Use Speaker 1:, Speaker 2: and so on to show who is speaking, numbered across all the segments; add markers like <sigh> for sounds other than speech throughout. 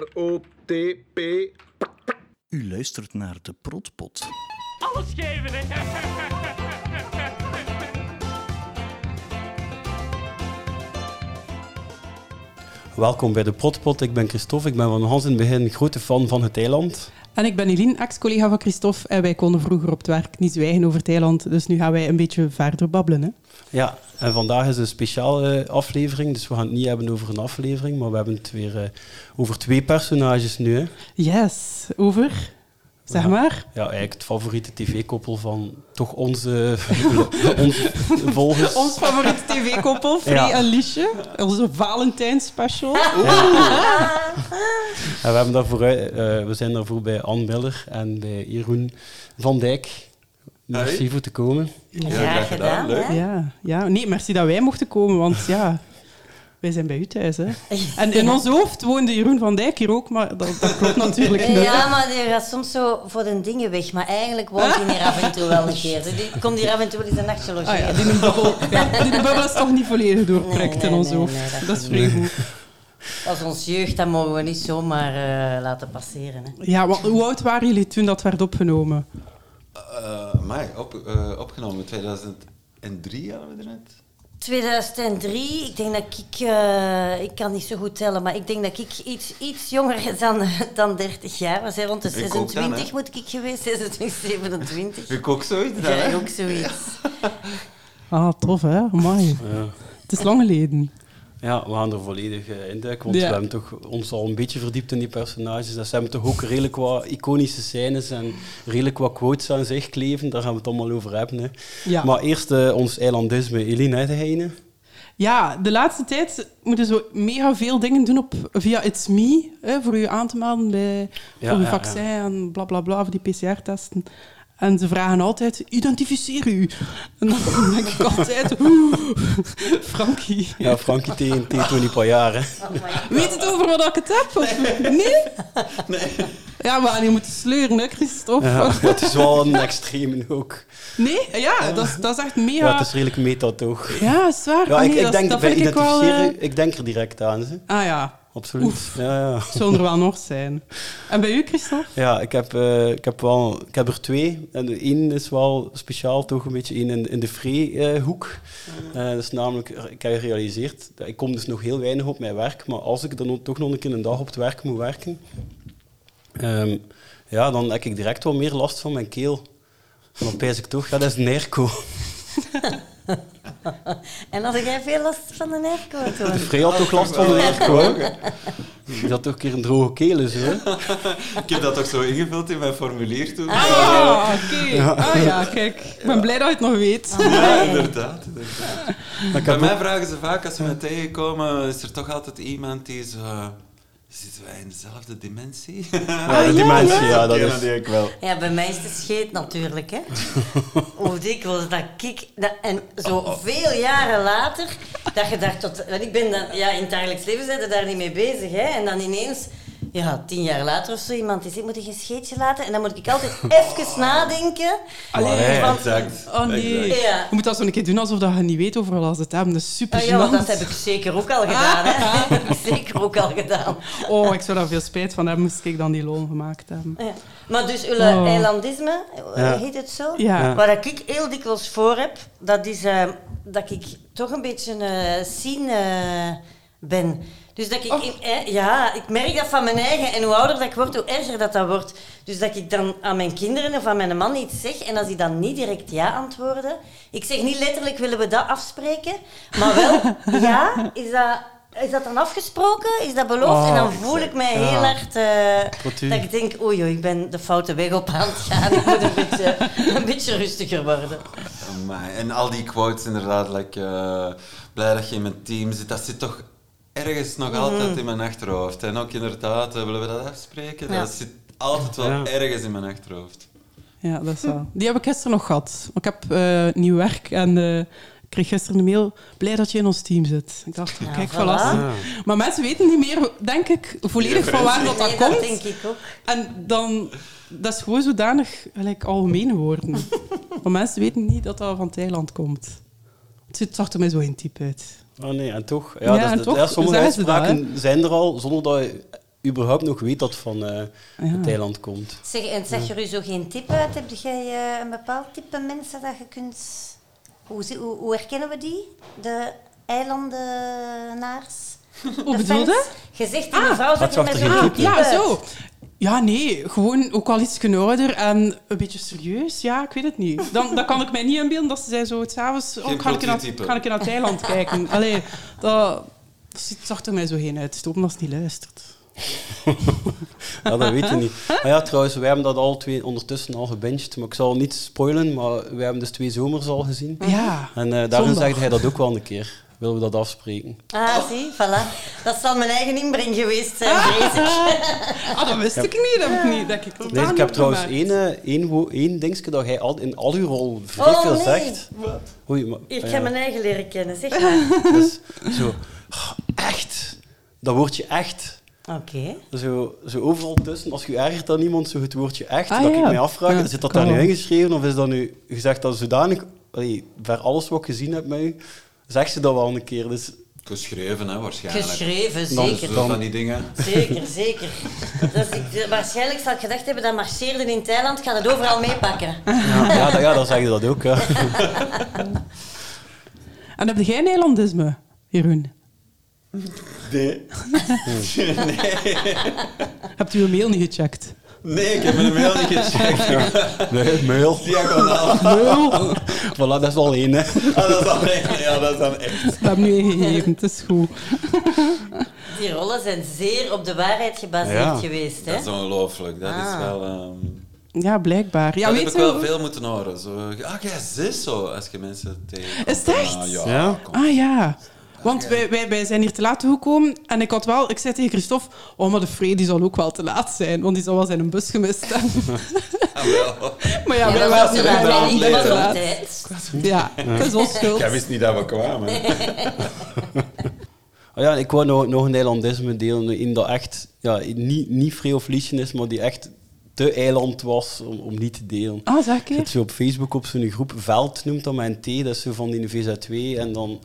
Speaker 1: P-R-O-T-P.
Speaker 2: U luistert naar de Protpot.
Speaker 3: Alles geven, hè?
Speaker 4: Welkom bij de Protpot. Ik ben Christophe. Ik ben van Hans in het begin grote fan van het eiland.
Speaker 5: En ik ben Eline, ex-collega van Christophe. En wij konden vroeger op het werk niet zwijgen over Thailand. Dus nu gaan wij een beetje verder babbelen. Hè?
Speaker 4: Ja, en vandaag is een speciale eh, aflevering. Dus we gaan het niet hebben over een aflevering, maar we hebben het weer eh, over twee personages nu. Hè.
Speaker 5: Yes, over. Zeg
Speaker 4: Ja.
Speaker 5: maar.
Speaker 4: Ja, eigenlijk het favoriete tv-koppel van toch onze, <laughs> onze volgers.
Speaker 5: Ons favoriete tv-koppel,
Speaker 4: <laughs>
Speaker 5: Free
Speaker 4: Ja.
Speaker 5: en Liesje. Onze Valentijnspecial.
Speaker 4: Oh, En we, hebben daarvoor, eh, eh, we zijn daarvoor bij Ann Miller en bij Jeroen van Dijk. Merci
Speaker 1: Hoi.
Speaker 4: voor te komen.
Speaker 1: graag gedaan, leuk.
Speaker 5: Ja, ja, nee, merci dat wij mochten komen, want ja, wij zijn bij u thuis.
Speaker 6: <laughs>
Speaker 5: Hè. En in ons hoofd woonde Jeroen van Dijk hier ook, maar dat, dat klopt natuurlijk niet.
Speaker 6: <laughs> Ja, maar die gaat soms zo voor de dingen weg. Maar eigenlijk woont hij hier af en toe wel een keer. Dus die komt hier af en toe wel eens een nachtje logeren.
Speaker 5: Ah ja, die bubbel, ja, die bubbel is toch niet volledig doorprikt
Speaker 6: Nee, nee,
Speaker 5: in ons
Speaker 6: nee,
Speaker 5: hoofd.
Speaker 6: nee, dat
Speaker 5: dat is vrij goed.
Speaker 6: Als ons jeugd, <laughs> dat mogen we niet zomaar eh, laten passeren. Hè.
Speaker 5: Ja, wat, hoe oud waren jullie toen dat werd opgenomen?
Speaker 7: Eh amai, op, eh, opgenomen in 2003 hadden we er net.
Speaker 6: 2003, ik denk dat ik... eh, ik kan niet zo goed tellen, maar ik denk dat ik iets, iets jonger dan, <laughs> dan 30 jaar was. Hè. Rond de
Speaker 7: Ik ook dan,
Speaker 6: 26
Speaker 7: hè.
Speaker 6: moet ik geweest, <laughs> 26, 27.
Speaker 7: Ik ook zoiets. dan,
Speaker 6: Ja,
Speaker 7: hè?
Speaker 6: ook zoiets.
Speaker 5: Ah, tof hè? Amai.
Speaker 4: Ja.
Speaker 5: Het is lang geleden.
Speaker 4: Ja, we gaan er volledig eh, in duiken, want
Speaker 5: Ja.
Speaker 4: we hebben toch ons al een beetje verdiept in die personages. Dat zijn toch ook redelijk wat iconische scènes en redelijk wat quotes aan zich kleven. Daar gaan we het allemaal over hebben. Hè.
Speaker 5: Ja.
Speaker 4: Maar eerst eh, ons eilandisme. Eline, hè, de heine?
Speaker 5: Ja, de laatste tijd moeten ze mega veel dingen doen op, via It's Me, hè, voor u aan te melden bij,
Speaker 4: Ja,
Speaker 5: voor uw
Speaker 4: ja,
Speaker 5: vaccin en bla bla bla, voor die PCR-testen. En ze vragen altijd, identificeer u. En dan <laughs> denk ik altijd, oeh, Frankie.
Speaker 4: Ja, Frankie T. T. Tony Pajaar. hè.
Speaker 5: <laughs> Weet het over wat ik het heb? Of nee? Ja, maar je moet sleuren, hè, Christophe?
Speaker 4: Ja, dat is wel een extreme ook.
Speaker 5: Nee? Ja, dat is, dat is echt
Speaker 4: Ja,
Speaker 5: mega...
Speaker 4: het is redelijk meta toch.
Speaker 5: Ja, is waar.
Speaker 4: Ja,
Speaker 5: Ah,
Speaker 4: ik,
Speaker 5: nee,
Speaker 4: ik
Speaker 5: dat,
Speaker 4: denk
Speaker 5: dat
Speaker 4: bij
Speaker 5: vind ik wel... eh,
Speaker 4: identificeren, ik denk er direct aan. Ze.
Speaker 5: Ah ja,
Speaker 4: Absoluut.
Speaker 5: Oef.
Speaker 4: Ja, ja.
Speaker 5: het zullen er wel nog zijn. En bij u, Christophe?
Speaker 4: Ja, ik heb, eh, ik heb, wel, ik heb er twee. En de één is wel speciaal, toch een beetje één in, in de free-hoek. Eh, dat is namelijk, ik heb gerealiseerd, dat ik kom dus nog heel weinig op mijn werk. Maar als ik dan ook toch nog een keer een dag op het werk moet werken, ehm, ja, dan heb ik direct wel meer last van mijn keel. En dan pijs ik toch, ja, dat is Nerco.
Speaker 6: En had jij veel last van de nerkoot, hoor.
Speaker 4: Free had toch last van de Nerco, <laughs> hè? Die had toch een keer een droge keel, is, hè?
Speaker 7: Ik heb dat toch zo ingevuld in mijn formulier toen.
Speaker 5: Ah
Speaker 6: Oh,
Speaker 5: ja, oké. Ah ja, kijk. Ik ben blij dat je het nog weet.
Speaker 7: Ja, inderdaad. inderdaad. Bij mij vragen ze vaak, als ze me tegenkomen, is er toch altijd iemand die zo... Zitten wij in dezelfde dimensie? <laughs>
Speaker 4: Ja, die mensen, ja, dat
Speaker 7: Kennen
Speaker 4: is...
Speaker 7: die ik wel.
Speaker 6: Ja, bij mij is het scheet natuurlijk, hè. Hoe dikwijls dat ik... Dat, en zo veel jaren later, dat je daar tot... Want ik ben dan... Ja, in het dagelijks leven zijn ze daar niet mee bezig, hè. En dan ineens, ja, tien jaar later of zo, iemand die zegt, moet ik een scheetje laten? En dan moet ik altijd even nadenken.
Speaker 4: Allee,
Speaker 6: van-
Speaker 7: Exact.
Speaker 5: Oh nee.
Speaker 6: Exact. Ja.
Speaker 5: Je moet dat zo een keer doen alsof dat je niet weet over wat ze het hebben. Dat is super
Speaker 6: Ah, ja, want
Speaker 5: gênant.
Speaker 6: dat heb ik zeker ook al gedaan, hè. Dat heb ik zeker ook al gedaan.
Speaker 5: Oh, ik zou daar veel spijt van hebben, moest ik dan die loon gemaakt hebben.
Speaker 6: Ja. Maar dus uw
Speaker 5: Oh.
Speaker 6: eilandisme, eh,
Speaker 4: Ja.
Speaker 6: heet het zo?
Speaker 5: Ja.
Speaker 6: Waar ik heel dikwijls voor heb, dat is eh, dat ik toch een beetje een zien ben. Dus dat ik,
Speaker 5: Oh.
Speaker 6: in- eh, ja, ik merk dat van mijn eigen. En hoe ouder dat ik word, hoe erger dat dat wordt. Dus dat ik dan aan mijn kinderen of aan mijn man iets zeg en als die dan niet direct ja antwoorden. Ik zeg niet letterlijk willen we dat afspreken, maar wel
Speaker 5: <laughs>
Speaker 6: ja, is dat, is dat dan afgesproken? Is dat beloofd?
Speaker 4: Oh,
Speaker 6: en
Speaker 5: Ah,
Speaker 6: dan voel ik mij heel
Speaker 4: ja.
Speaker 6: hard eh,
Speaker 4: Wat u-
Speaker 6: dat ik denk, oei, oei, ik ben de foute weg op aan het gaan. Ik moet een beetje, <laughs> een beetje rustiger worden.
Speaker 7: Amai, eh, En al die quotes inderdaad, like, eh, blij dat je in mijn team zit, dat zit toch ergens
Speaker 5: Mhm.
Speaker 7: nog altijd in mijn achterhoofd. En ook inderdaad, eh, willen we dat afspreken?
Speaker 6: Ja.
Speaker 7: Dat zit altijd wel
Speaker 4: Ja.
Speaker 7: ergens in mijn achterhoofd.
Speaker 5: Ja, dat is wel. Die heb ik gisteren nog gehad. Ik heb eh, nieuw werk en eh, ik kreeg gisteren een mail. Blij dat je in ons team zit. Ik dacht,
Speaker 6: Ja,
Speaker 5: kijk,
Speaker 6: voilà.
Speaker 5: verlassen.
Speaker 4: Ja.
Speaker 5: Maar mensen weten niet meer, denk ik, volledig van waar dat, dat
Speaker 6: Nee,
Speaker 5: komt.
Speaker 6: denk ik ook.
Speaker 5: En dan, dat is gewoon zodanig gelijk algemeen woorden. maar mensen weten niet dat dat van Thailand komt. Het ziet- zag er mij zo in type uit.
Speaker 4: Oh nee, en toch. Ja,
Speaker 5: Ja,
Speaker 4: dat is-
Speaker 5: en
Speaker 4: dat-
Speaker 5: toch
Speaker 4: ja, sommige
Speaker 5: zeggen ze dat,
Speaker 4: uitspraken zijn er al zonder dat je überhaupt nog weet dat het van eh,
Speaker 5: Ja.
Speaker 4: Thailand komt.
Speaker 6: Zeg, en zeg er u zo geen tip uit? Heb jij eh, een bepaald type mensen dat je kunt... Hoe, zie- hoe, hoe herkennen we die? De eilandenaars?
Speaker 5: Hoe Oh, bedoel je?
Speaker 6: Je zegt die mevrouw zat
Speaker 4: Wat
Speaker 6: er
Speaker 4: zag
Speaker 6: met
Speaker 4: er
Speaker 6: zo'n
Speaker 4: geen
Speaker 6: type
Speaker 4: tip
Speaker 5: Ah, ja,
Speaker 6: uit.
Speaker 5: zo. Ja, nee, gewoon ook al iets ouder en een beetje serieus. Ja, ik weet het niet. Dan, dan kan ik mij niet inbeelden dat ze zei zo, s'avonds... Oh,
Speaker 7: Geen
Speaker 5: ga ik naar,
Speaker 7: prototype.
Speaker 5: ga ik naar Thailand kijken. Allee, dat, dat ziet- zag er mij zo heen uit. Stoppen als het niet luistert.
Speaker 4: Ja, dat weet je niet. Maar ja, trouwens, wij hebben dat al twee ondertussen al gebinged. Maar ik zal niet spoilen, maar wij hebben dus twee zomers al gezien.
Speaker 5: Ja.
Speaker 4: En eh, daarin
Speaker 5: Zondag.
Speaker 4: zegt hij dat ook wel een keer. Willen we dat afspreken?
Speaker 6: Ah, zie, voilà. Dat zal mijn eigen inbreng geweest zijn, vrees ik.
Speaker 5: Ah, dat wist ik niet. Dat heb ik niet. Dat heb ik
Speaker 4: Nee,
Speaker 5: spontaan
Speaker 4: ik heb trouwens
Speaker 5: opgemaakt.
Speaker 4: één, eh, één, wo- één dingetje dat hij al, in al uw rol vrij
Speaker 6: Oh,
Speaker 4: veel
Speaker 6: nee.
Speaker 4: zegt. Oei, maar,
Speaker 6: Ik
Speaker 4: Ah, ja.
Speaker 6: heb mijn eigen leren kennen,
Speaker 5: <laughs>
Speaker 6: zeg maar.
Speaker 4: Dus zo, "Ah, echt. Dat woordje echt.
Speaker 6: Oké.
Speaker 4: Zo, zo overal tussen, als je ergert aan iemand, zo het woordje echt.
Speaker 5: Ah,
Speaker 4: dat
Speaker 5: ja.
Speaker 4: ik mij afvraag,
Speaker 5: Ja,
Speaker 4: zit dat
Speaker 5: kan
Speaker 4: daar nu
Speaker 5: wel.
Speaker 4: ingeschreven of is dat nu gezegd dat zodanig... Allee, ver alles wat ik gezien heb met u, zegt ze dat wel een keer. Dus
Speaker 7: Geschreven, hè, waarschijnlijk.
Speaker 6: Geschreven,
Speaker 4: Dan-
Speaker 6: zeker.
Speaker 7: Zo van die dingen.
Speaker 6: Zeker,
Speaker 7: <laughs>
Speaker 6: zeker. Dat is- ik- waarschijnlijk zal ik gedacht hebben dat marcheerde in Thailand, ik ga dat overal meepakken.
Speaker 4: ja, <laughs> ja, dat- ja dan zeg je dat
Speaker 5: <laughs>
Speaker 4: ook. Ja.
Speaker 5: En heb jij Nederlandisme, Jeroen?
Speaker 7: Nee.
Speaker 5: <laughs> Hebt u uw mail niet gecheckt?
Speaker 7: Nee, ik heb mijn mail niet gecheckt. <laughs>
Speaker 4: Nee, mail.
Speaker 7: Diagonaal.
Speaker 4: Voilà, dat is wel één. Hè.
Speaker 7: Ah, dat is dan echt. Ja, dat is dan echt.
Speaker 5: Ik heb nu ingegeven, het is goed.
Speaker 6: Die rollen zijn zeer op de waarheid gebaseerd
Speaker 4: Ja.
Speaker 6: geweest. Hè?
Speaker 7: Dat is ongelooflijk. Dat is wel... ehm,
Speaker 5: Ah. Ja, blijkbaar. Ja,
Speaker 7: dat heb
Speaker 5: weet
Speaker 7: ik
Speaker 5: je
Speaker 7: wel
Speaker 5: hoe-
Speaker 7: veel moeten horen. Zo, ah, jij zus zo, als je mensen tegen.
Speaker 5: Is het echt?
Speaker 7: ja.
Speaker 4: Ja?
Speaker 7: kom.
Speaker 5: Ah ja. Want wij, wij, wij zijn hier te laat toegekomen en ik had wel... Ik zei tegen Christophe, oh, maar de Frey die zal ook wel te laat zijn, want die zal wel zijn bus gemist hebben. <laughs>
Speaker 7: Ah, wel.
Speaker 5: maar ja,
Speaker 6: Ja,
Speaker 5: wij
Speaker 6: dat
Speaker 5: waren
Speaker 6: was
Speaker 7: ze
Speaker 5: hier
Speaker 7: wel
Speaker 5: wel
Speaker 7: bij
Speaker 5: een
Speaker 6: niet
Speaker 7: later.
Speaker 5: beetje te
Speaker 6: was op
Speaker 5: laat.
Speaker 6: tijd.
Speaker 5: Ja, het is ons schuld.
Speaker 7: Jij wist niet dat we kwamen.
Speaker 4: <laughs> Ah ja, ik wou nog, nog een eilandisme delen. Een dat echt ja, niet, niet Free of Liesje is, maar die echt te eiland was om, om niet te delen.
Speaker 5: Ah, zeg ik <laughs>
Speaker 4: Je hebt
Speaker 5: hier?
Speaker 4: zo op Facebook op zo'n groep Veld noemt dat met een T, dat is zo van die VZ2. En dan,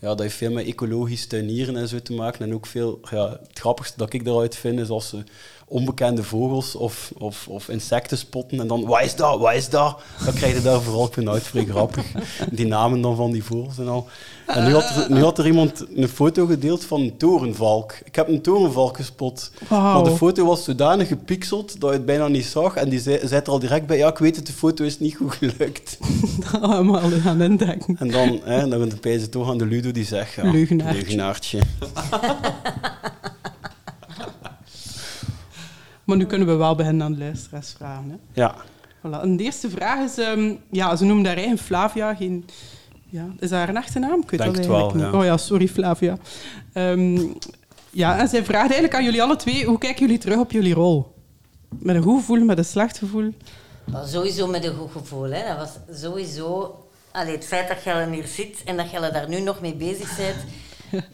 Speaker 4: ja, dat heeft veel met ecologisch tuinieren en zo te maken. En ook veel, ja, het grappigste dat ik eruit vind is als ze onbekende vogels of, of, of insecten spotten. En dan, wat is dat, wat is dat? Dan krijg je daar vooral vanuit, vrij grappig. <laughs> Die namen dan van die vogels en al. En nu had, er, nu had er iemand een foto gedeeld van een torenvalk. Ik heb een torenvalk gespot.
Speaker 5: Wauw.
Speaker 4: Maar de foto was zodanig gepixeld dat je het bijna niet zag. En die zei, zei er al direct bij, ja, ik weet het, de foto is niet goed gelukt.
Speaker 5: Allemaal Nou, gaan indenken.
Speaker 4: En dan, hè, dan pijzen ze toch aan de Ludo die zegt, ja,
Speaker 5: Leugenaartje.
Speaker 4: leugenaartje.
Speaker 5: Maar nu kunnen we wel beginnen aan de luisteraars vragen. Hè.
Speaker 4: Ja.
Speaker 5: Voilà. En de eerste vraag is... ehm, ja, ze noemen daar eigenlijk Flavia geen... Ja, is dat haar achternaam? Ik weet
Speaker 4: Denk
Speaker 5: dat
Speaker 4: het wel,
Speaker 5: eigenlijk niet.
Speaker 4: ja.
Speaker 5: Oh ja, sorry Flavia. Ehm, ja, en zij vraagt eigenlijk aan jullie alle twee... Hoe kijken jullie terug op jullie rol? Met een goed gevoel, met een slecht gevoel?
Speaker 6: Maar sowieso met een goed gevoel. Hè? Dat was sowieso... Allee, het feit dat jij hier zit en dat jij daar nu nog mee bezig bent,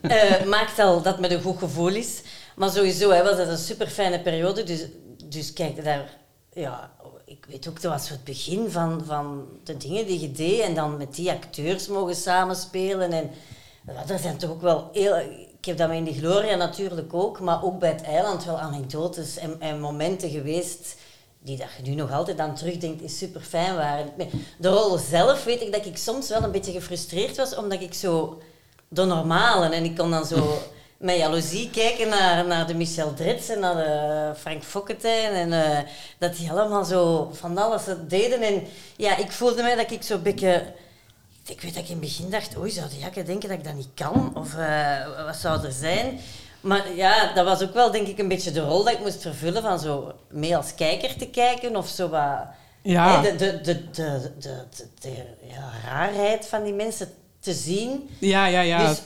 Speaker 6: eh, maakt al dat het met een goed gevoel is. Maar sowieso hè, was dat een super fijne periode. Dus, dus kijk, daar, ja, ik weet ook, dat was het begin van, van de dingen die je deed. En dan met die acteurs mogen samenspelen. En ja, er zijn toch ook wel heel... Ik heb dat met in de Gloria natuurlijk ook, maar ook bij het eiland wel anekdotes en, en momenten geweest die dat je nu nog altijd aan terugdenkt, is super fijn waren. De rol zelf weet ik dat ik soms wel een beetje gefrustreerd was, omdat ik zo de normale en ik kon dan zo met jaloezie kijken naar, naar de Michel Drits en naar de Frank Fokketijn en eh, dat die allemaal zo van alles deden. En ja, ik voelde mij dat ik zo'n beetje ik weet dat ik in het begin dacht, oei, zou de jakken denken dat ik dat niet kan? Of eh, wat zou er zijn? Maar ja, dat was ook wel denk ik een beetje de rol dat ik moest vervullen van zo mee als kijker te kijken of zo wat...
Speaker 5: Ja.
Speaker 6: Nee, de, de, de, de, de, de- de- ja, raarheid van die mensen te zien.
Speaker 5: Ja, ja, ja.
Speaker 6: Dus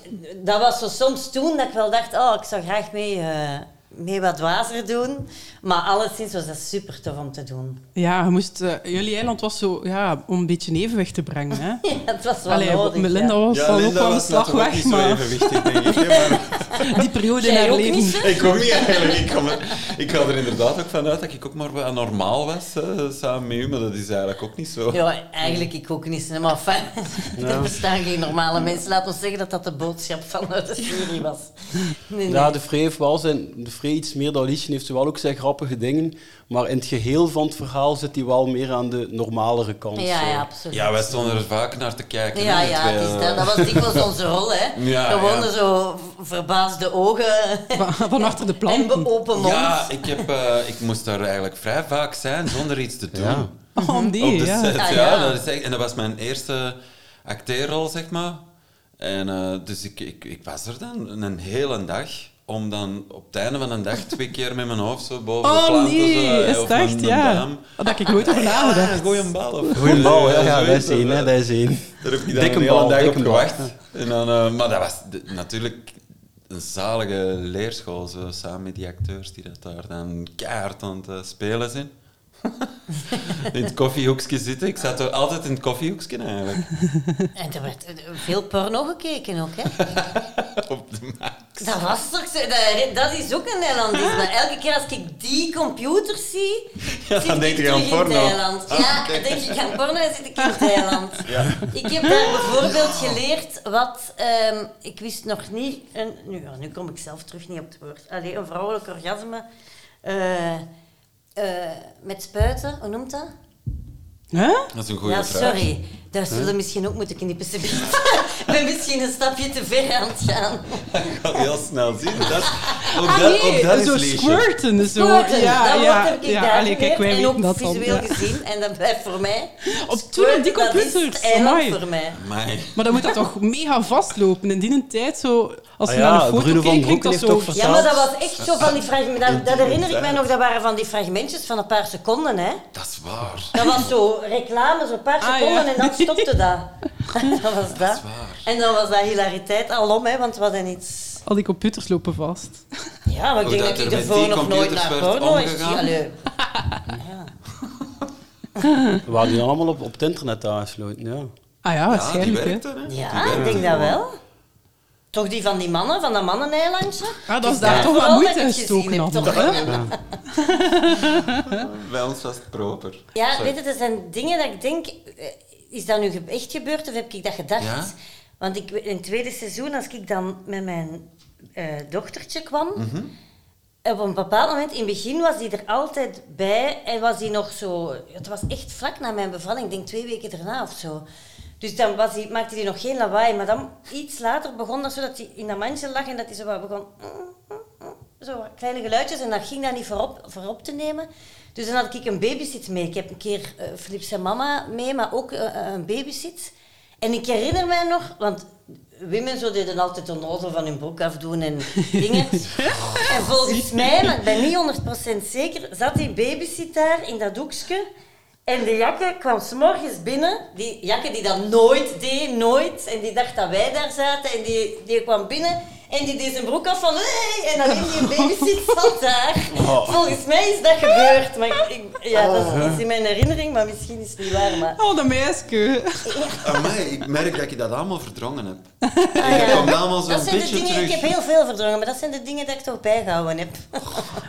Speaker 6: dat was zo soms toen dat ik wel dacht, oh, ik zou graag mee, eh, mee wat dwazer doen. Maar alleszins was dat super tof om te doen. <laughs>
Speaker 5: ja, je moest, eh, jullie eiland was zo... Ja, om een beetje een evenwicht te brengen,
Speaker 6: <laughs>
Speaker 5: hè?
Speaker 6: Ja, het was wel
Speaker 5: Allee,
Speaker 6: nodig.
Speaker 5: Melinda
Speaker 6: ja.
Speaker 5: was dan ook wel een slag
Speaker 7: natuurlijk
Speaker 5: weg,
Speaker 7: niet zo
Speaker 5: maar
Speaker 7: evenwichtig, denk ik.
Speaker 5: <laughs>
Speaker 7: hè, maar-
Speaker 5: die periode in
Speaker 6: Jij
Speaker 5: haar
Speaker 6: ook niet,
Speaker 5: leven...
Speaker 6: Sven?
Speaker 7: Ik ook niet eigenlijk. Ik, kan er- ik ga er inderdaad ook vanuit dat ik ook maar wat normaal was, hè, samen met u, maar dat is eigenlijk ook niet zo.
Speaker 6: Ja, eigenlijk ik ook niet. hè, Maar fijn, <laughs> er bestaan geen normale mensen. Laat ons zeggen dat dat de boodschap van de jury was. Nee, nee.
Speaker 4: Ja, de Free heeft wel zijn, de Free iets meer. Dat liedje heeft wel ook zijn grappige dingen. Maar in het geheel van het verhaal zit hij wel meer aan de normalere kant.
Speaker 6: Ja,
Speaker 4: zo.
Speaker 6: ja, absoluut.
Speaker 7: Ja, wij stonden er vaak naar te kijken.
Speaker 6: Ja,
Speaker 7: hè, die
Speaker 6: ja,
Speaker 7: twee,
Speaker 6: het is
Speaker 7: eh.
Speaker 6: dat, dat was dikwijls onze rol, hè.
Speaker 7: <laughs> Ja,
Speaker 6: Gewoon
Speaker 7: ja.
Speaker 6: zo v- verbaasde ogen
Speaker 5: Van, van achter de
Speaker 6: en
Speaker 5: planten.
Speaker 6: be- open mond.
Speaker 7: Ja, ik, heb, eh, ik moest daar eigenlijk vrij vaak zijn zonder iets te doen.
Speaker 4: Ja.
Speaker 5: Om
Speaker 7: Op de
Speaker 5: die,
Speaker 7: set,
Speaker 5: Oh, ja.
Speaker 7: ja.
Speaker 6: Ah, ja.
Speaker 7: dat is echt, en dat was mijn eerste acteerrol, zeg maar. En eh, dus ik, ik, ik was er dan een hele dag om dan op het einde van een dag twee keer met mijn hoofd zo boven de
Speaker 5: Oh
Speaker 7: planten
Speaker 5: nee,
Speaker 7: zo, eh,
Speaker 5: is
Speaker 7: of
Speaker 5: het
Speaker 7: mijn-
Speaker 5: echt?
Speaker 7: mijn
Speaker 5: Ja. Oh,
Speaker 7: duim.
Speaker 5: Dat heb ik nooit over
Speaker 7: Ja, <laughs>
Speaker 5: nagedacht.
Speaker 7: een goeie bal. Of
Speaker 4: Goeie bal, ja,
Speaker 7: Eh,
Speaker 4: ja, dat
Speaker 7: zoiets,
Speaker 4: is één.
Speaker 7: of,
Speaker 4: hè,
Speaker 7: eh,
Speaker 4: Dat is één.
Speaker 7: daar heb ik dan
Speaker 4: Dikke
Speaker 7: een hele
Speaker 4: bal,
Speaker 7: dag op
Speaker 4: dikke bal.
Speaker 7: gewacht. En dan, eh, maar dat was de- natuurlijk een zalige leerschool, zo, samen met die acteurs die dat daar dan keihard aan het eh, spelen zijn. <laughs> in het koffiehoekje zitten. Ik zat er altijd in het koffiehoekje eigenlijk.
Speaker 6: En er werd eh, veel porno gekeken ook, hè.
Speaker 7: Op de ma-
Speaker 6: Dat was toch zo, dat, dat is ook een Nederlandisme. Elke keer als ik die computers zie,
Speaker 7: Ja,
Speaker 6: zit
Speaker 7: dan
Speaker 6: ik
Speaker 7: denk je
Speaker 6: terug
Speaker 7: aan
Speaker 6: in
Speaker 7: porno. Ah,
Speaker 6: Thailand. Ja, dan denk ik aan porno en zit ik
Speaker 7: <laughs>
Speaker 6: in Thailand. Ik heb daar bijvoorbeeld geleerd wat... ehm, ik wist nog niet... Een, nu, ja, nu kom ik zelf terug niet op het woord. Allee, een vrouwelijk orgasme eh, eh, met spuiten, hoe noemt dat?
Speaker 5: Hè?
Speaker 7: Dat is een goede
Speaker 6: ja,
Speaker 7: vraag.
Speaker 6: sorry. Daar zullen we misschien ook moeten knippen. ze. <laughs> Ik ben misschien een stapje te ver aan het gaan.
Speaker 7: Ik ga heel snel zien. Dat, ook
Speaker 5: Ah,
Speaker 7: dat,
Speaker 5: nee,
Speaker 7: ook dat is
Speaker 5: zo
Speaker 7: leesje.
Speaker 5: squirten. Zo.
Speaker 6: Squirten,
Speaker 5: Ja,
Speaker 6: dat
Speaker 5: ja,
Speaker 6: wordt heb ik
Speaker 5: ja.
Speaker 6: daar
Speaker 5: Allee, kijk, wij
Speaker 6: geleerd
Speaker 5: weten
Speaker 6: en ook
Speaker 5: dat dan.
Speaker 6: visueel
Speaker 5: Ja.
Speaker 6: gezien. En dat blijft voor mij...
Speaker 5: Op
Speaker 6: squirten,
Speaker 5: toen en die
Speaker 6: dat is
Speaker 5: computers,
Speaker 6: het eiland
Speaker 5: amai.
Speaker 6: voor mij.
Speaker 7: Amai.
Speaker 5: Maar dan moet dat toch mega vastlopen. In die tijd, zo, als je
Speaker 4: Ah ja,
Speaker 5: naar een foto
Speaker 4: Bruno van
Speaker 5: kijkt, klinkt
Speaker 4: Broeken
Speaker 5: dat
Speaker 4: heeft
Speaker 5: zo...
Speaker 4: toch
Speaker 6: Ja, maar dat
Speaker 4: Zelfs-
Speaker 6: was echt zo van die fragmenten. Dat, dat herinner ik mij nog, dat waren van die fragmentjes van een paar seconden. Hè.
Speaker 7: Dat is waar.
Speaker 6: Dat was zo reclames, een paar
Speaker 5: Ah,
Speaker 6: seconden
Speaker 5: ja.
Speaker 6: en dan stopte
Speaker 5: <laughs>
Speaker 6: dat. <laughs> dat was dat. En dan was dat hilariteit alom, hè, want we hadden iets.
Speaker 5: Al die computers lopen vast.
Speaker 6: Ja, maar ik
Speaker 7: Hoe
Speaker 6: denk
Speaker 7: Oh, dat
Speaker 6: dat,
Speaker 7: er
Speaker 6: ik
Speaker 7: met
Speaker 6: ervoor
Speaker 7: die
Speaker 6: nog nooit
Speaker 7: computers
Speaker 6: naar
Speaker 7: werd
Speaker 6: porno is.
Speaker 7: omgegaan.
Speaker 6: Allee.
Speaker 4: We waren die allemaal op, op het internet aangesloten, ja.
Speaker 5: Ah ja,
Speaker 7: Ja, die
Speaker 5: waarschijnlijk. hè.
Speaker 7: werkte, hè.
Speaker 6: Ja, ik denk dat wel. Toch die van die mannen, van dat manneneilandje?
Speaker 5: Ah, dat is daar toch wel
Speaker 6: Vooral
Speaker 5: moeite
Speaker 6: dat
Speaker 5: in
Speaker 6: ik gezien
Speaker 5: gestoken
Speaker 6: heb,
Speaker 5: hadden,
Speaker 6: toch
Speaker 5: hè?
Speaker 6: wel.
Speaker 7: Bij ons was het proper.
Speaker 6: Ja,
Speaker 7: Sorry.
Speaker 6: weet je, er zijn dingen dat ik denk... eh, Is dat nu ge- echt gebeurd of heb ik dat gedacht?
Speaker 7: Ja.
Speaker 6: Want ik, in het tweede seizoen, als ik dan met mijn eh, dochtertje kwam... Op een bepaald moment, in het begin was hij er altijd bij en was hij nog zo... Het was echt vlak na mijn bevalling, ik denk twee weken daarna of zo. Dus dan was hij, maakte hij nog geen lawaai, maar dan iets later begon dat zo dat hij in dat mandje lag en dat hij zo wat begon... Zo wat kleine geluidjes en dat ging daar niet voor op, voor op te nemen. Dus dan had ik een babysit mee. Ik heb een keer eh Filip zijn mama mee, maar ook eh, eh, een babysit. En ik herinner mij nog, want women zo deden altijd een ozel van hun broek afdoen en dingen. en volgens mij, maar ik ben niet 100% zeker, zat die babysit daar in dat doekje. En de jakke kwam s'morgens binnen, die jakke die dat nooit deed, nooit. En die dacht dat wij daar zaten en die, die kwam binnen en die deed zijn broek af van hey! En alleen die babysit zat daar. Volgens mij is dat gebeurd, maar ik, ik- ja, dat is iets in mijn herinnering, maar misschien is het niet waar. Maar
Speaker 5: Oh, dat meisje.
Speaker 7: Amai, ik merk dat je dat allemaal verdrongen hebt.
Speaker 6: Ah, ja.
Speaker 7: Ik kom allemaal zo'n
Speaker 6: Dat zijn de
Speaker 7: beetje
Speaker 6: dingen, ik
Speaker 7: terug.
Speaker 6: heb heel veel verdrongen, maar dat zijn de dingen dat ik toch bijgehouden heb.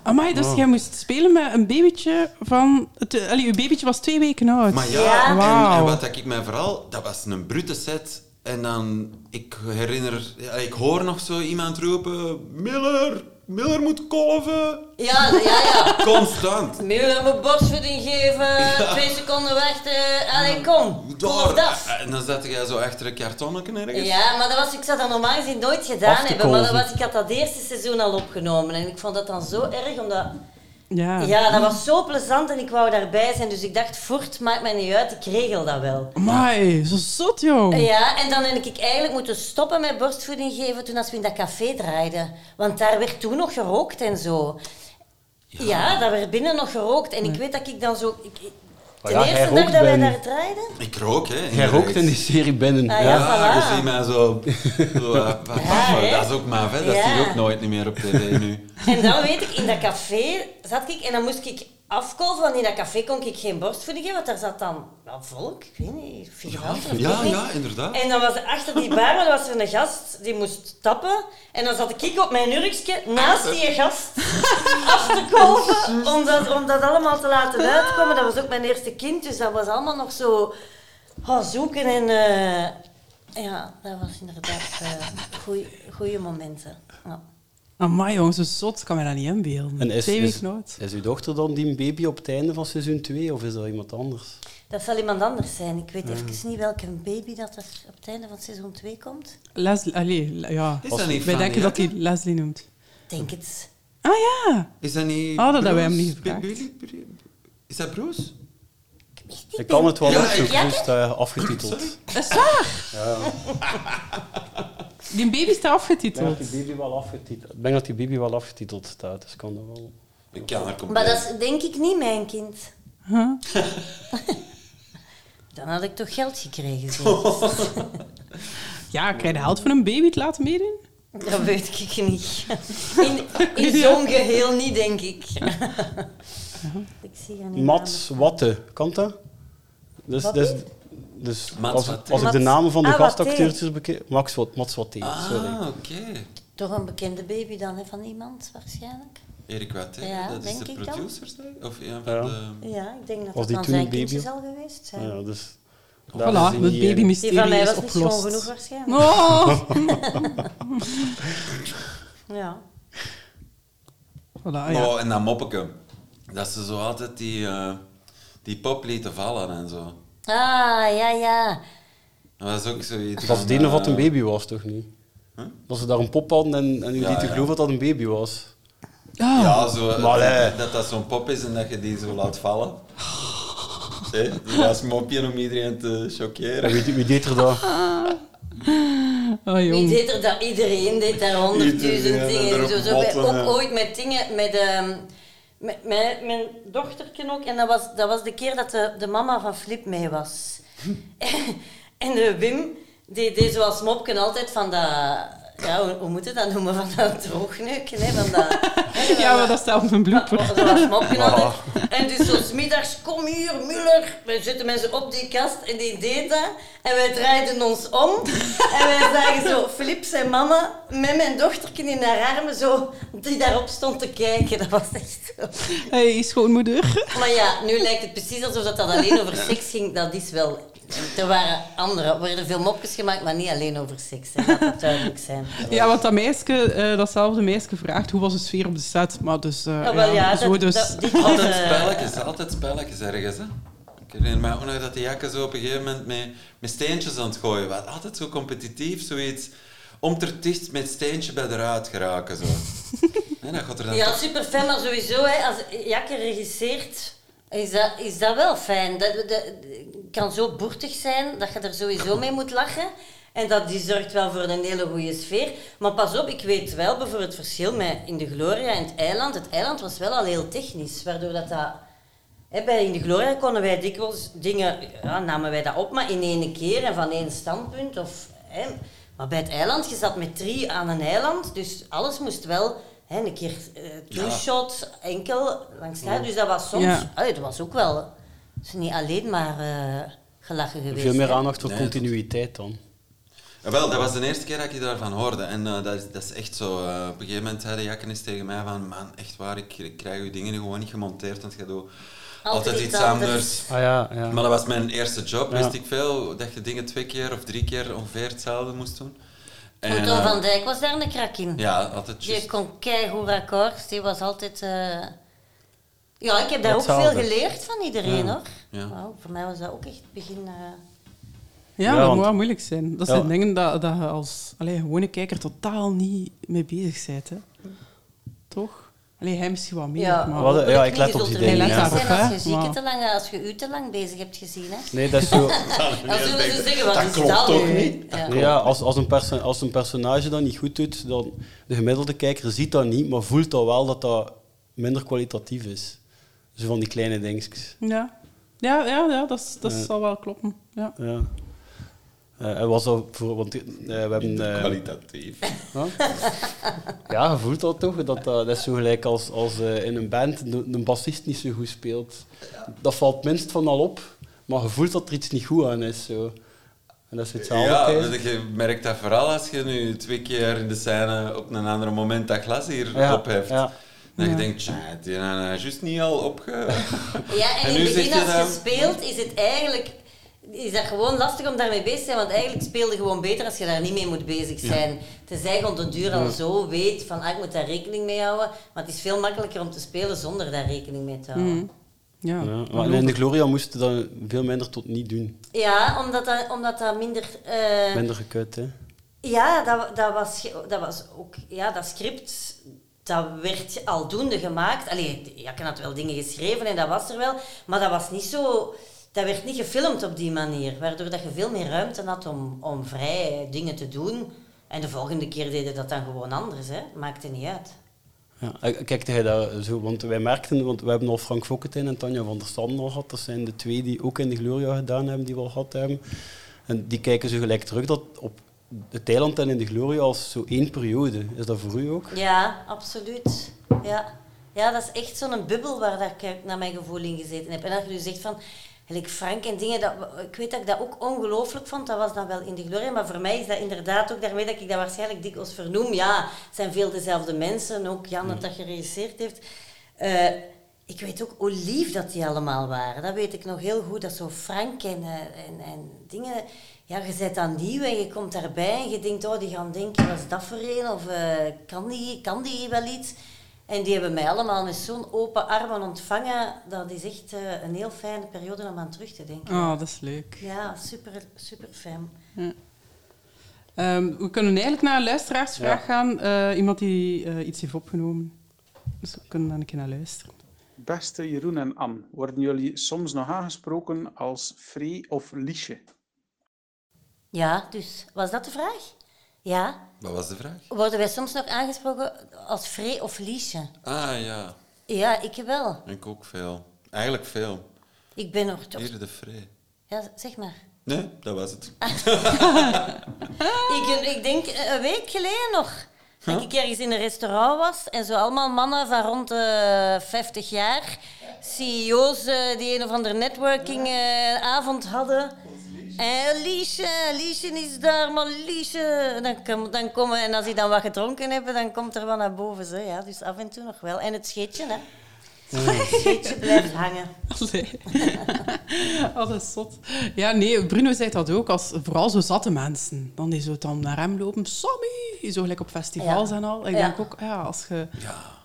Speaker 5: Amai,
Speaker 7: Oh.
Speaker 5: dus jij moest spelen met een babytje van... Het, allee, je babytje was twee weken oud.
Speaker 7: Maar ja,
Speaker 6: Ja.
Speaker 7: en- En,
Speaker 5: Wauw.
Speaker 7: wat ik mij vooral... Dat was een brute set. En dan, ik herinner... ja, Ik hoor nog zo iemand roepen... Miller, Miller moet kolven.
Speaker 6: Ja, ja, ja.
Speaker 7: Constant.
Speaker 6: <laughs> Muur mijn borstvoeding geven,
Speaker 7: Ja.
Speaker 6: twee seconden wachten. Allee, kom. Kom
Speaker 7: Door. Eh,
Speaker 6: op dat.
Speaker 7: En dan zat jij zo achter een kartonnetje ergens.
Speaker 6: Ja, maar dat was, ik zou dat normaal gezien nooit gedaan
Speaker 4: te
Speaker 6: hebben. Maar dat
Speaker 4: kolven.
Speaker 6: was, ik had dat eerste seizoen al opgenomen. En ik vond dat dan zo erg, omdat...
Speaker 5: Ja.
Speaker 6: Ja, dat was zo plezant en ik wou daarbij zijn. Dus ik dacht, voort, maakt mij niet uit, ik regel dat wel.
Speaker 5: Amai, zo zot, joh.
Speaker 4: Oh.
Speaker 6: Ja, en dan heb ik eigenlijk moeten stoppen met borstvoeding geven toen als we in dat café draaiden. Want daar werd toen nog gerookt en zo. Ja, daar werd binnen nog gerookt. En ik weet dat ik dan zo... Ik, ik-
Speaker 4: Hm. Maar
Speaker 6: de
Speaker 4: ja, jij
Speaker 6: eerste dag
Speaker 4: rookt
Speaker 6: dat wij
Speaker 4: bij-
Speaker 6: daar draaiden...
Speaker 7: Ik rook, hè.
Speaker 4: Jij
Speaker 7: inderdaad.
Speaker 4: rookt in die serie binnen.
Speaker 6: Ah,
Speaker 4: ja.
Speaker 6: ja.
Speaker 7: Ja, je
Speaker 6: voilà.
Speaker 7: ziet mij zo... zo, eh,
Speaker 6: <laughs>
Speaker 7: wat- maar
Speaker 6: hè?
Speaker 7: dat is ook maar, hè. Dat
Speaker 6: Ja.
Speaker 7: zie je ook nooit niet meer op tv nu.
Speaker 6: En dan weet ik, in dat café zat ik en dan moest ik afkolven, want in dat café kon ik geen borstvoeding geven, want daar zat dan nou, volk, ik weet niet, figuranten. of
Speaker 7: Ja,
Speaker 6: weet niet.
Speaker 7: ja, inderdaad.
Speaker 6: En dan was er achter die bar maar was er een gast die moest tappen. En dan zat ik op mijn nurkje naast die
Speaker 7: <laughs>
Speaker 6: gast af te kolven om dat, om dat allemaal te laten uitkomen. Dat was ook mijn eerste kind, dus dat was allemaal nog zo oh, zoeken. En eh, ja, dat was inderdaad eh goeie- goede momenten. Ja.
Speaker 5: Amai, jongens, zo zot. Ik kan mij dat niet inbeelden.
Speaker 4: En is,
Speaker 5: Twee
Speaker 4: is,
Speaker 5: weken oud.
Speaker 4: is uw dochter dan die baby op het einde van seizoen 2 of is dat iemand anders?
Speaker 6: Dat zal iemand anders zijn. Ik weet even niet welke baby dat er op het einde van seizoen 2 komt.
Speaker 5: Leslie, allee, le- ja.
Speaker 7: Is dat niet
Speaker 5: Wij
Speaker 7: Fanny
Speaker 5: denken dat hij
Speaker 7: Jacke?
Speaker 5: Leslie noemt.
Speaker 6: Ik Denk het.
Speaker 5: Ah ja.
Speaker 7: Is dat niet...
Speaker 5: Oh, dat hebben wij hem
Speaker 7: Bruce?
Speaker 5: niet gevraagd.
Speaker 7: Billy- Billy- Is dat Bruce?
Speaker 4: Ik kan het wel
Speaker 7: Ja,
Speaker 4: opzoeken,
Speaker 6: ja.
Speaker 4: dus het eh, afgetiteld.
Speaker 5: Dat
Speaker 7: Sorry.
Speaker 5: is waar. Die baby staat
Speaker 4: Ik denk
Speaker 5: afgetiteld.
Speaker 4: dat die baby wel afgetiteld, ik denk dat die baby wel afgetiteld staat, dus kan dat wel.
Speaker 7: Ik kan er
Speaker 6: Maar
Speaker 7: compleet...
Speaker 6: dat is denk ik niet mijn kind.
Speaker 5: Huh?
Speaker 6: <laughs> Dan had ik toch geld gekregen. Zeg.
Speaker 4: <laughs>
Speaker 5: Ja, krijg je de held van een baby te laten meedoen?
Speaker 6: Dat weet ik
Speaker 4: <laughs>
Speaker 6: niet. In, in zo'n geheel niet, denk ik. Ik zie hier niet
Speaker 4: Mats Watte, kan dat? Dus,
Speaker 6: Wat
Speaker 4: dus,
Speaker 6: is?
Speaker 4: dus
Speaker 7: Mats
Speaker 4: als,
Speaker 7: Watte.
Speaker 4: als ik de
Speaker 6: Mats-
Speaker 4: namen van de
Speaker 6: Ah,
Speaker 4: gastacteurs bekijk... Max Wat, Mats Watte, sorry.
Speaker 7: Ah, oké.
Speaker 6: Toch een bekende baby dan, hè, van iemand waarschijnlijk?
Speaker 7: Erik Watte,
Speaker 6: Ja,
Speaker 7: dat is
Speaker 6: denk
Speaker 7: de
Speaker 6: ik dan.
Speaker 7: producer, zei je? Of een van
Speaker 4: Ja.
Speaker 7: de...
Speaker 6: Ja, ik denk dat
Speaker 4: Was
Speaker 6: dat
Speaker 4: die
Speaker 6: dan
Speaker 4: toen
Speaker 6: zijn
Speaker 4: een baby?
Speaker 6: kindjes al geweest zijn.
Speaker 4: Ja, dus,
Speaker 5: Voilà,
Speaker 4: het
Speaker 5: het
Speaker 6: Die van
Speaker 5: babymysterie
Speaker 6: mij
Speaker 5: is
Speaker 6: was niet schoon genoeg
Speaker 5: opgelost.
Speaker 4: <laughs>
Speaker 6: waarschijnlijk.
Speaker 5: Oh!
Speaker 6: Ja.
Speaker 4: Ah,
Speaker 5: Voilà, ja.
Speaker 7: Oh, en dat moppeke. Dat ze zo altijd die, eh, die pop lieten vallen en zo.
Speaker 6: Ah, ja, ja.
Speaker 7: Dat was ook zoiets
Speaker 4: Dat was
Speaker 7: van,
Speaker 4: het ene wat
Speaker 7: eh,
Speaker 4: een baby was, toch niet?
Speaker 7: Huh?
Speaker 4: Dat ze daar een pop hadden en, en u
Speaker 7: Ja,
Speaker 4: liet u
Speaker 7: ja.
Speaker 4: geloven dat dat een baby was.
Speaker 7: Ja, zo,
Speaker 4: Maar hè.
Speaker 7: dat dat zo'n pop is en dat je die zo laat
Speaker 4: <laughs>
Speaker 7: vallen. Hè? Dat is een mopje om iedereen te
Speaker 4: En
Speaker 7: chockeren.
Speaker 4: wie, wie deed er dat?
Speaker 5: Oh,
Speaker 6: Wie
Speaker 5: jong.
Speaker 6: deed er dat? Iedereen deed daar honderdduizend
Speaker 7: Iedereen
Speaker 6: dingen.
Speaker 7: erop
Speaker 6: Zo, zo bij,
Speaker 7: botten,
Speaker 6: ook
Speaker 7: ja.
Speaker 6: ooit met dingen, met, ehm, met, met mijn dochtertje ook. En dat was, dat was de keer dat de, de mama van Flip mee was. <laughs> en de Wim die deed zoals mopken altijd van dat... Ja, hoe, hoe moet je dat noemen? Van dat droogneuken, hè? Van dat, hè, van
Speaker 5: Ja, maar dat staat op een blooper.
Speaker 6: dat was mopje altijd. En dus zo 's middags kom hier, Muller. We zetten mensen op die kast en die deed dat. En wij draaiden ons om. En wij zagen zo Filip zijn mama met mijn dochtertje in haar armen, zo, die daarop stond te kijken. Dat was echt...
Speaker 5: Hey, schoonmoeder.
Speaker 6: Maar ja, nu lijkt het precies alsof dat, dat alleen over seks ging. Dat is wel... Er waren andere, er werden veel mopjes gemaakt, maar niet alleen over seks. Hè. Laat dat duidelijk zijn.
Speaker 5: Ja, want dat meisje, eh, datzelfde meisje vraagt hoe was de sfeer op de set. Maar dus, eh,
Speaker 6: Ja, Ah, wel, ja,
Speaker 5: zo
Speaker 6: dat-
Speaker 5: dus.
Speaker 6: dat- dit was,
Speaker 7: Altijd
Speaker 6: eh,
Speaker 7: spelletjes, altijd spelletjes ergens. Hè? Ik herinner me ook nog dat die jakken zo op een gegeven moment met, met steentjes aan het gooien waren. Altijd zo competitief, zoiets. Om ter ticht met steentje bij de ruit geraken. Zo. <laughs> en dat gaat er dan
Speaker 6: Ja,
Speaker 7: toch-
Speaker 6: super fijn, maar sowieso, hè, als Jakke regisseert, is dat, is dat wel fijn. Dat, dat- dat kan zo boertig zijn dat je er sowieso mee moet lachen. En dat die zorgt wel voor een hele goede sfeer. Maar pas op, ik weet wel bijvoorbeeld het verschil met In de Gloria en het eiland. Het eiland was wel al heel technisch, waardoor dat... dat hè, bij In de Gloria konden wij dikwijls dingen... Ja, namen wij dat op, maar in één keer en van één standpunt. Of, hè. Maar bij het eiland, je zat met drie aan een eiland, dus alles moest wel... Hè, een keer eh, two-shot, enkel, langs daar. Dus dat was soms...
Speaker 5: Ja.
Speaker 6: Allee, dat was ook wel... Het is niet alleen maar eh, gelachen geweest.
Speaker 4: Veel meer
Speaker 6: hè.
Speaker 4: aandacht voor
Speaker 7: Nee,
Speaker 4: continuïteit dan.
Speaker 7: Ja, Ah, wel, dat was de eerste keer dat ik daarvan hoorde. En eh, dat, is, dat is echt zo. eh, op een gegeven moment zei de Jakken eens tegen mij van... Man, echt waar, ik, ik krijg uw dingen gewoon niet gemonteerd, want je doet altijd,
Speaker 6: Altijd
Speaker 7: iets
Speaker 6: iets
Speaker 7: anders.
Speaker 6: anders.
Speaker 4: Ah ja, ja.
Speaker 7: Maar dat was mijn eerste job,
Speaker 4: Ja.
Speaker 7: wist ik veel. Dat je dingen twee keer of drie keer ongeveer hetzelfde moest doen. En,
Speaker 6: Anton
Speaker 7: eh,
Speaker 6: van Dijk was daar een krak in.
Speaker 7: Ja, altijd
Speaker 6: Die
Speaker 7: juist.
Speaker 6: kon keigoed akkoord. Die was altijd... eh, Ja, ik heb daar ook
Speaker 4: Hetzelfde.
Speaker 6: veel geleerd van iedereen, hoor.
Speaker 7: Ja.
Speaker 6: Wauw, voor mij was dat ook echt het begin... eh,
Speaker 5: Ja,
Speaker 4: Ja,
Speaker 5: dat
Speaker 4: want-
Speaker 5: moet wel moeilijk zijn. Dat
Speaker 4: Ja.
Speaker 5: zijn dingen dat, dat je als allee, gewone kijker totaal niet mee bezig bent. Hè. Toch? Allee, hij misschien wel meer,
Speaker 6: ja,
Speaker 5: maar...
Speaker 4: Wat-
Speaker 6: hopelijk
Speaker 4: ja,
Speaker 6: niet.
Speaker 4: ik let
Speaker 6: Je
Speaker 4: op
Speaker 6: zult
Speaker 4: die
Speaker 6: er
Speaker 4: dingen,
Speaker 6: niet
Speaker 5: ja.
Speaker 6: bezig
Speaker 5: Let
Speaker 6: zijn
Speaker 5: daarop,
Speaker 6: als je zieke
Speaker 5: hè,
Speaker 6: te lang, als je u te lang bezig hebt gezien, hè.
Speaker 4: Nee, <laughs> dat is zo...
Speaker 6: Dan zullen ze zeggen, wat is dat nu? Ja.
Speaker 4: Nee, ja, als, als, een perso- als een personage dat niet goed doet, dan de gemiddelde kijker ziet dat niet, maar voelt dat wel dat dat minder kwalitatief is. Zo van die kleine dingetjes.
Speaker 5: Ja, ja, ja, ja dat, is- dat
Speaker 4: Ja.
Speaker 5: zal wel kloppen. Ja.
Speaker 4: Ja. Eh, en was dat voor, want eh, we hebben... eh,
Speaker 7: Kwalitatief.
Speaker 4: <laughs> ja, je voelt dat toch? Dat, dat, dat is zo gelijk als, als eh, in een band de- een bassist niet zo goed speelt. Dat valt minst van al op, maar je voelt dat er iets niet goed aan is. Zo. En dat is hetzelfde.
Speaker 7: Ja,
Speaker 4: kijk.
Speaker 7: dat- je merkt dat vooral als je nu twee keer in de scène op een ander moment dat glas hier
Speaker 4: Ja,
Speaker 7: opheft.
Speaker 4: ja.
Speaker 7: Dat je
Speaker 5: Ja.
Speaker 7: denkt, tja, die is juist niet al opge...
Speaker 6: <laughs>
Speaker 7: <laughs>
Speaker 6: Ja, en,
Speaker 7: En
Speaker 6: in
Speaker 7: nu
Speaker 6: het
Speaker 7: zit
Speaker 6: begin
Speaker 7: je
Speaker 6: als je
Speaker 7: dan-
Speaker 6: speelt, is het eigenlijk... is dat gewoon lastig om daarmee bezig te zijn, want eigenlijk speelde gewoon beter als je daar niet mee moet bezig zijn. Tenzij je op de duur al zo weet van, ah, ik moet daar rekening mee houden. Maar het is veel makkelijker om te spelen zonder daar rekening mee te houden.
Speaker 5: Ja. Ah,
Speaker 4: Ja, maar in de Gloria moest je dan veel minder tot niet doen.
Speaker 6: Ja, omdat dat, omdat dat minder... eh,
Speaker 4: Minder gekut, hè.
Speaker 6: Ja, dat, dat, was, ge- dat was ook... Ja, dat script, dat werd aldoende gemaakt. Allee, Jakken had wel dingen geschreven en dat was er wel. Maar dat was niet zo... Dat werd niet gefilmd op die manier. Waardoor dat je veel meer ruimte had om, om vrij dingen te doen. En de volgende keer deden dat dan gewoon anders, hè. Maakte niet uit.
Speaker 4: Ja, eh, kijk, hij dat zo, want wij merkten, want we hebben al Frank Fokketijn en Tanja van der Stam al gehad. Dat zijn de twee die ook in de Gloria gedaan hebben, die we al gehad hebben. En die kijken zo gelijk terug dat op het eiland en in de Gloria als zo één periode. Is dat voor u ook?
Speaker 6: Ja, absoluut. Ja, ja dat is echt zo'n bubbel waar dat ik naar mijn gevoel in gezeten heb. En dat je nu zegt van, gelijk Frank en dingen, dat, ik weet dat ik dat ook ongelooflijk vond. Dat was dan wel in de glorie, maar voor mij is dat inderdaad ook daarmee dat ik dat waarschijnlijk dikwijls vernoem. Ja, het zijn veel dezelfde mensen, ook Jan dat dat geregisseerd heeft. Eh, ik weet ook hoe lief dat die allemaal waren. Dat weet ik nog heel goed. Dat zo Frank en, eh, en, en dingen... Ja, je bent dan nieuw en je komt daarbij en je denkt... Oh, die gaan denken, wat is dat voor een? Of eh, kan, die, kan die wel iets? En die hebben mij allemaal met zo'n open armen ontvangen. Dat is echt eh, een heel fijne periode om aan terug te denken.
Speaker 5: Oh, dat is leuk.
Speaker 6: Ja, super, super fijn.
Speaker 5: Ehm, we kunnen eigenlijk naar een luisteraarsvraag
Speaker 4: Ja.
Speaker 5: gaan. Eh, iemand die eh, iets heeft opgenomen. Dus we kunnen daar een keer naar luisteren.
Speaker 8: Beste Jeroen en Ann, worden jullie soms nog aangesproken als Free of Liesje?
Speaker 6: Ja, dus was dat de vraag? Ja.
Speaker 7: Wat was de vraag?
Speaker 6: Worden wij soms nog aangesproken als Free of Liesje?
Speaker 7: Ah ja,
Speaker 6: Ja, ik wel.
Speaker 7: ik ook veel. Eigenlijk veel.
Speaker 6: Ik ben nog toch...
Speaker 7: Hier de Free.
Speaker 6: Ja, zeg maar.
Speaker 7: Nee, dat was het.
Speaker 6: Oh, Ik, ik denk eh, een week geleden nog. Dat ik ergens in een restaurant was en zo allemaal mannen van rond de 50 jaar, CEO's eh, die een of andere networkingavond hadden. En eh, Liesje, Liesje is daar, maar Liesje. Dan, kom- dan komen, en als die dan wat gedronken hebben, dan komt er wel naar boven. Zo, ja, dus af en toe nog wel. En het scheetje, hè?
Speaker 7: Hmm.
Speaker 6: Het scheetje blijft hangen.
Speaker 5: <laughs> Allee. oh, dat is zot. Ja, nee, Bruno zegt dat ook. Als, vooral zo zatte mensen. Dan die zo dan naar hem lopen. Sammy! Zo gelijk op festivals
Speaker 6: Ja.
Speaker 5: en al. Ik
Speaker 6: Ja.
Speaker 5: denk ook, ja, als je...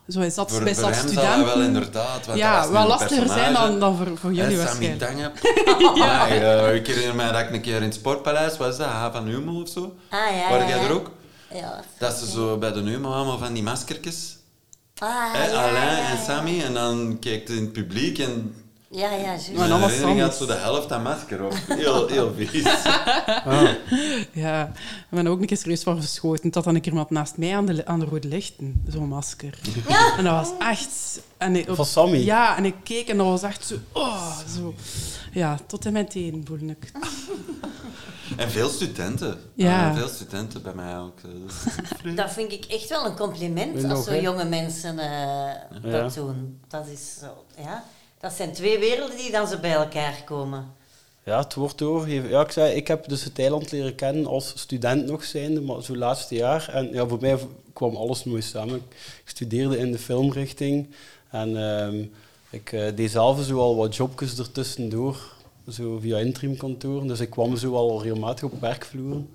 Speaker 5: Zo is dat
Speaker 7: Voor,
Speaker 5: bij
Speaker 7: voor
Speaker 5: zat
Speaker 7: hem
Speaker 5: studenten.
Speaker 7: zal dat wel inderdaad. Want
Speaker 5: ja,
Speaker 7: dat was
Speaker 5: wel
Speaker 7: een
Speaker 5: lastiger zijn dan,
Speaker 7: personage.
Speaker 5: dan voor, voor jullie
Speaker 7: Hè, Eh, Sammy
Speaker 5: waarschijnlijk.
Speaker 6: <laughs>
Speaker 7: Dange. Nee, eh, ik herinner mij dat ik een keer in het Sportpaleis was, dat H van Hummel of zo.
Speaker 6: Ah, ja,
Speaker 7: Waar
Speaker 6: ja,
Speaker 7: jij
Speaker 6: ja.
Speaker 7: er ook?
Speaker 6: Ja.
Speaker 7: Dat ze zo bij de Hummel allemaal van die maskertjes.
Speaker 6: Ah,
Speaker 7: hè,
Speaker 6: ja,
Speaker 7: Alain
Speaker 6: ja,
Speaker 7: en
Speaker 6: ja.
Speaker 7: Sammy. En dan keek het in het publiek en
Speaker 6: Ja, ja, juist.
Speaker 5: Maar dan was het
Speaker 7: herinnering had
Speaker 5: anders.
Speaker 7: zo de helft aan masker op. Heel, heel vies.
Speaker 5: Ja, ik ben er ook een keer serieus van geschoten. Dat dan een keer iemand naast mij aan de, aan de rode lichten, zo'n masker. En dat was echt... En ik,
Speaker 4: Van Sammy?
Speaker 5: Ja, en ik keek en dat was echt zo... Oh, zo. Ja, tot in mijn tenen voelde ik.
Speaker 7: <laughs> En veel studenten.
Speaker 5: Ja.
Speaker 7: Ah, veel studenten bij mij ook. eh, dus-
Speaker 6: Dat vind ik echt wel een compliment
Speaker 4: Vind je
Speaker 6: als
Speaker 4: ook,
Speaker 6: zo
Speaker 4: hè?
Speaker 6: jonge mensen eh,
Speaker 4: Ja.
Speaker 6: dat doen. Dat is zo, ja. Dat zijn twee werelden die dan zo bij elkaar komen.
Speaker 4: Ja, het wordt doorgegeven. Ja, ik, zei, ik heb dus het eiland leren kennen als student nog zijnde, maar zo laatste jaar. En ja, voor mij v- kwam alles mooi samen. Ik studeerde in de filmrichting en ehm, ik eh, deed zelf zo al wat jobjes ertussendoor, zo via interimkantoren. Dus ik kwam zo al regelmatig op werkvloeren.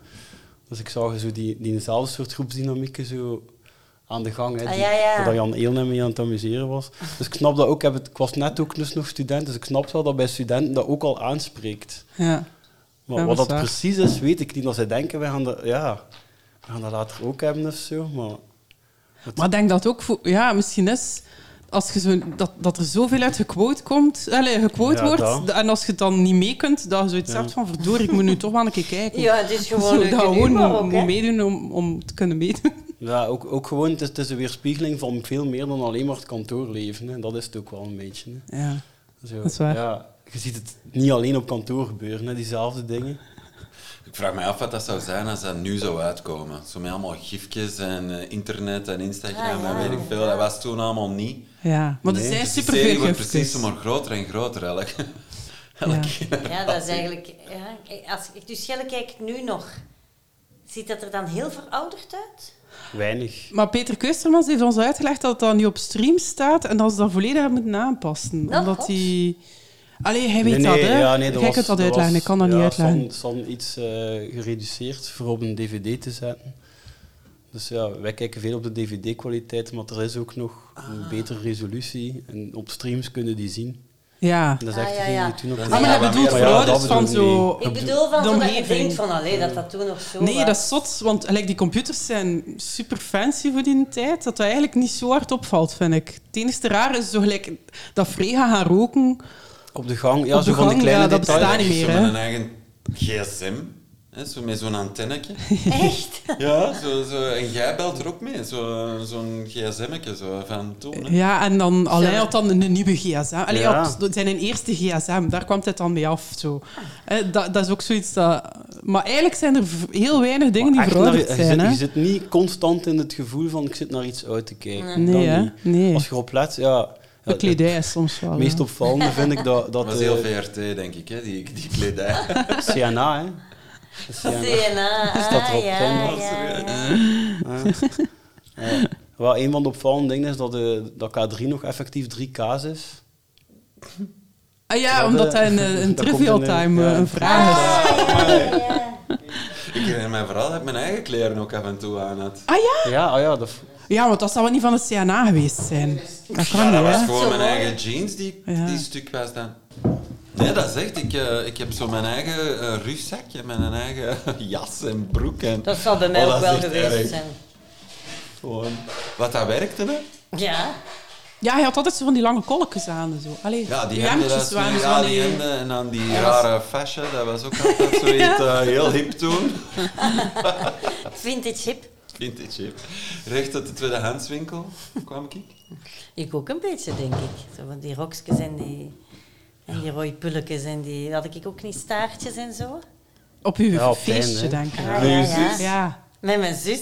Speaker 4: Dus ik zag zo die, diezelfde soort groepsdynamieken zo aan de gang. Hè,
Speaker 6: Ah,
Speaker 4: die-
Speaker 6: ja, ja.
Speaker 4: waar dat Jan Eelnem mee aan het amuseren was. Dus ik snap dat ook. Ik, heb het, ik was net ook dus nog student, dus ik snap wel dat bij studenten dat ook al aanspreekt.
Speaker 5: Ja.
Speaker 4: Maar
Speaker 5: Ja,
Speaker 4: wat dat
Speaker 5: dat is waar.
Speaker 4: precies is, weet ik niet. Als zij denken, we gaan dat, ja, we gaan dat later ook hebben of zo. Maar
Speaker 5: Maar ik denk dat ook voor, ja, misschien is als je zo, dat, dat er zoveel uit gequote komt, allez, gequote
Speaker 4: Ja,
Speaker 5: wordt,
Speaker 4: dat.
Speaker 5: en als je het dan niet mee kunt, dat je zoiets
Speaker 4: Ja.
Speaker 5: hebt van verdorie, ik moet nu toch wel een keer kijken.
Speaker 6: Ja, het is gewoon
Speaker 5: <laughs> Zo,
Speaker 6: leuke
Speaker 5: dat gewoon
Speaker 6: humor
Speaker 5: moet,
Speaker 6: ook,
Speaker 5: moet
Speaker 6: hè?
Speaker 5: meedoen om, om te kunnen meedoen.
Speaker 4: ja, ook, ook gewoon, het is, het is een weerspiegeling van veel meer dan alleen maar het kantoorleven. Hè. Dat is het ook wel een beetje. Hè.
Speaker 5: Ja.
Speaker 4: Zo,
Speaker 5: Dat is waar.
Speaker 4: Ja, je ziet het niet alleen op kantoor gebeuren, hè, diezelfde dingen.
Speaker 7: Ik vraag me af wat dat zou zijn als dat nu zou uitkomen. Zo met allemaal gifjes en eh, internet en Instagram
Speaker 6: Ah, ja.
Speaker 7: en weet ik veel. Dat was toen allemaal niet.
Speaker 5: ja. Maar er
Speaker 4: Nee,
Speaker 5: zijn
Speaker 7: Dus die
Speaker 5: superveel
Speaker 7: serie wordt
Speaker 5: gifjes.
Speaker 7: precies maar groter en groter elk. <laughs>
Speaker 5: Ja.
Speaker 6: Ja, dat is eigenlijk... Ja, kijk, als ik dus Jelle kijkt nu nog, ziet dat er dan heel verouderd uit?
Speaker 4: Weinig.
Speaker 5: Maar Peter Kuistermans heeft ons uitgelegd dat dat nu op stream staat en dat ze dat volledig hebben moeten aanpassen.
Speaker 6: Nou,
Speaker 5: omdat
Speaker 6: God.
Speaker 5: die... Allee, hij weet dat, hè?
Speaker 4: ja, nee,
Speaker 5: Jij kunt dat uitleggen, ik kan dat niet uitleggen.
Speaker 4: Het stond iets eh, gereduceerd voor op een dvd te zetten. Dus ja, wij kijken veel op de dvd-kwaliteit, maar er is ook nog
Speaker 5: Ah.
Speaker 4: een betere resolutie. En op streams kunnen die zien.
Speaker 5: Ja.
Speaker 4: Dat is
Speaker 6: Ah,
Speaker 4: echt
Speaker 6: ja,
Speaker 4: degene
Speaker 6: ja.
Speaker 4: die toen op de-
Speaker 5: Ah, maar
Speaker 7: Ja,
Speaker 5: hij
Speaker 7: maar
Speaker 5: bedoelt
Speaker 7: ja,
Speaker 5: voor
Speaker 4: ja,
Speaker 5: ouders
Speaker 4: dat
Speaker 5: van
Speaker 4: bedoel ik
Speaker 5: zo...
Speaker 6: Ik bedoel van
Speaker 5: de
Speaker 6: zodat je
Speaker 5: omgeving.
Speaker 6: denkt van allee, dat dat toen nog zo
Speaker 5: Nee,
Speaker 6: was.
Speaker 5: dat is zot, want like, die computers zijn super fancy voor die tijd, dat dat eigenlijk niet zo hard opvalt, vind ik. Het enige raar is zo gelijk dat Frega gaan roken.
Speaker 4: Op de gang, ja,
Speaker 5: Op de
Speaker 4: zo van die
Speaker 5: gang,
Speaker 4: kleine
Speaker 5: ja, dat
Speaker 4: details.
Speaker 5: bestaat niet meer.
Speaker 7: Zo
Speaker 5: hè?
Speaker 7: met een eigen gsm. Hè, zo met zo'n antennetje.
Speaker 6: <laughs>
Speaker 5: <laughs>
Speaker 6: Echt?
Speaker 7: Ja, zo, zo, en jij belt er ook mee. Zo- Zo'n gsm'tje zo, van toen. hè.
Speaker 5: Ja, en dan Alain had dan een nieuwe gsm. Allee,
Speaker 4: Ja.
Speaker 5: had zijn een eerste gsm, daar kwam het dan mee af. Zo. Hè, dat, dat is ook zoiets dat... Maar eigenlijk zijn er v- heel weinig dingen
Speaker 4: Maar
Speaker 5: die
Speaker 4: echt naar-
Speaker 5: verouderd
Speaker 4: je,
Speaker 5: zijn.
Speaker 4: zit,
Speaker 5: Hè?
Speaker 4: je zit niet constant in het gevoel van ik zit naar iets uit te kijken.
Speaker 5: Nee,
Speaker 4: Dat
Speaker 5: hè?
Speaker 4: niet.
Speaker 5: Nee.
Speaker 4: Als je erop let, ja...
Speaker 5: De
Speaker 4: ja, het
Speaker 5: kledij is soms wel...
Speaker 4: meest
Speaker 5: hè.
Speaker 4: opvallende vind ik
Speaker 7: <laughs>
Speaker 4: dat... dat
Speaker 7: Dat was
Speaker 4: eh,
Speaker 7: heel VRT, denk ik, hè, die, die kledij.
Speaker 4: CNA, hè. De CNA.
Speaker 6: DNA. Ah,
Speaker 4: Staat erop,
Speaker 6: ja,
Speaker 4: Tom.
Speaker 6: ja, ja.
Speaker 4: Wel, een van de opvallende dingen is dat, eh, dat K3 nog effectief 3K's is.
Speaker 5: Ah ja,
Speaker 4: Dat, eh,
Speaker 5: omdat
Speaker 4: <laughs>
Speaker 5: hij een, een
Speaker 4: dat komt
Speaker 5: trivial
Speaker 4: in de-
Speaker 5: time
Speaker 4: ja. Ah.
Speaker 5: eh, een vraag is.
Speaker 7: Ik herinner mij vooral dat ik mijn eigen kleren ook af en toe aan had.
Speaker 5: Ah ja?
Speaker 4: Ja, ah ja, dat,
Speaker 5: Ja, want dat zou wel niet van het CNA geweest zijn. Dat kan
Speaker 7: Maar dat
Speaker 5: niet,
Speaker 7: was
Speaker 5: hè?
Speaker 7: gewoon
Speaker 6: Zo
Speaker 7: mijn
Speaker 6: mooi.
Speaker 7: eigen jeans die,
Speaker 5: Ja.
Speaker 7: die stuk was dan. Nee, dat is echt. Ik, eh, ik heb zo mijn eigen eh, rugzak en mijn eigen <laughs> jas en broek. En,
Speaker 6: Dat zal bij mij
Speaker 7: Oh, dat
Speaker 6: ook
Speaker 7: is
Speaker 6: wel
Speaker 7: echt
Speaker 6: geweest
Speaker 7: erg.
Speaker 6: zijn.
Speaker 7: Gewoon, wat dat werkte, hè?
Speaker 6: Ja.
Speaker 5: Ja, hij had altijd zo van die lange kolkjes aan en zo. Allee,
Speaker 7: Ja, die
Speaker 5: hemdjes
Speaker 7: hemden, dat is
Speaker 5: waren
Speaker 7: nu-
Speaker 5: zo
Speaker 7: ja,
Speaker 5: van
Speaker 7: die
Speaker 5: die-
Speaker 7: hemden en dan die rare fashion, dat was ook altijd zoiets eh, heel hip toen. <laughs>
Speaker 6: Vintage hip.
Speaker 7: Vintage hip. Recht uit de tweedehandswinkel kwam ik.
Speaker 6: Ik ook een beetje, denk ik. Zo van die rokjes en die, en die rode pulletjes en die... Had ik ook niet staartjes en zo?
Speaker 5: Op uw
Speaker 4: Ja, op het einde,
Speaker 5: feestje,
Speaker 4: hè.
Speaker 5: denk ik.
Speaker 6: Ah, ja, ja.
Speaker 5: Ja.
Speaker 6: Met mijn zus.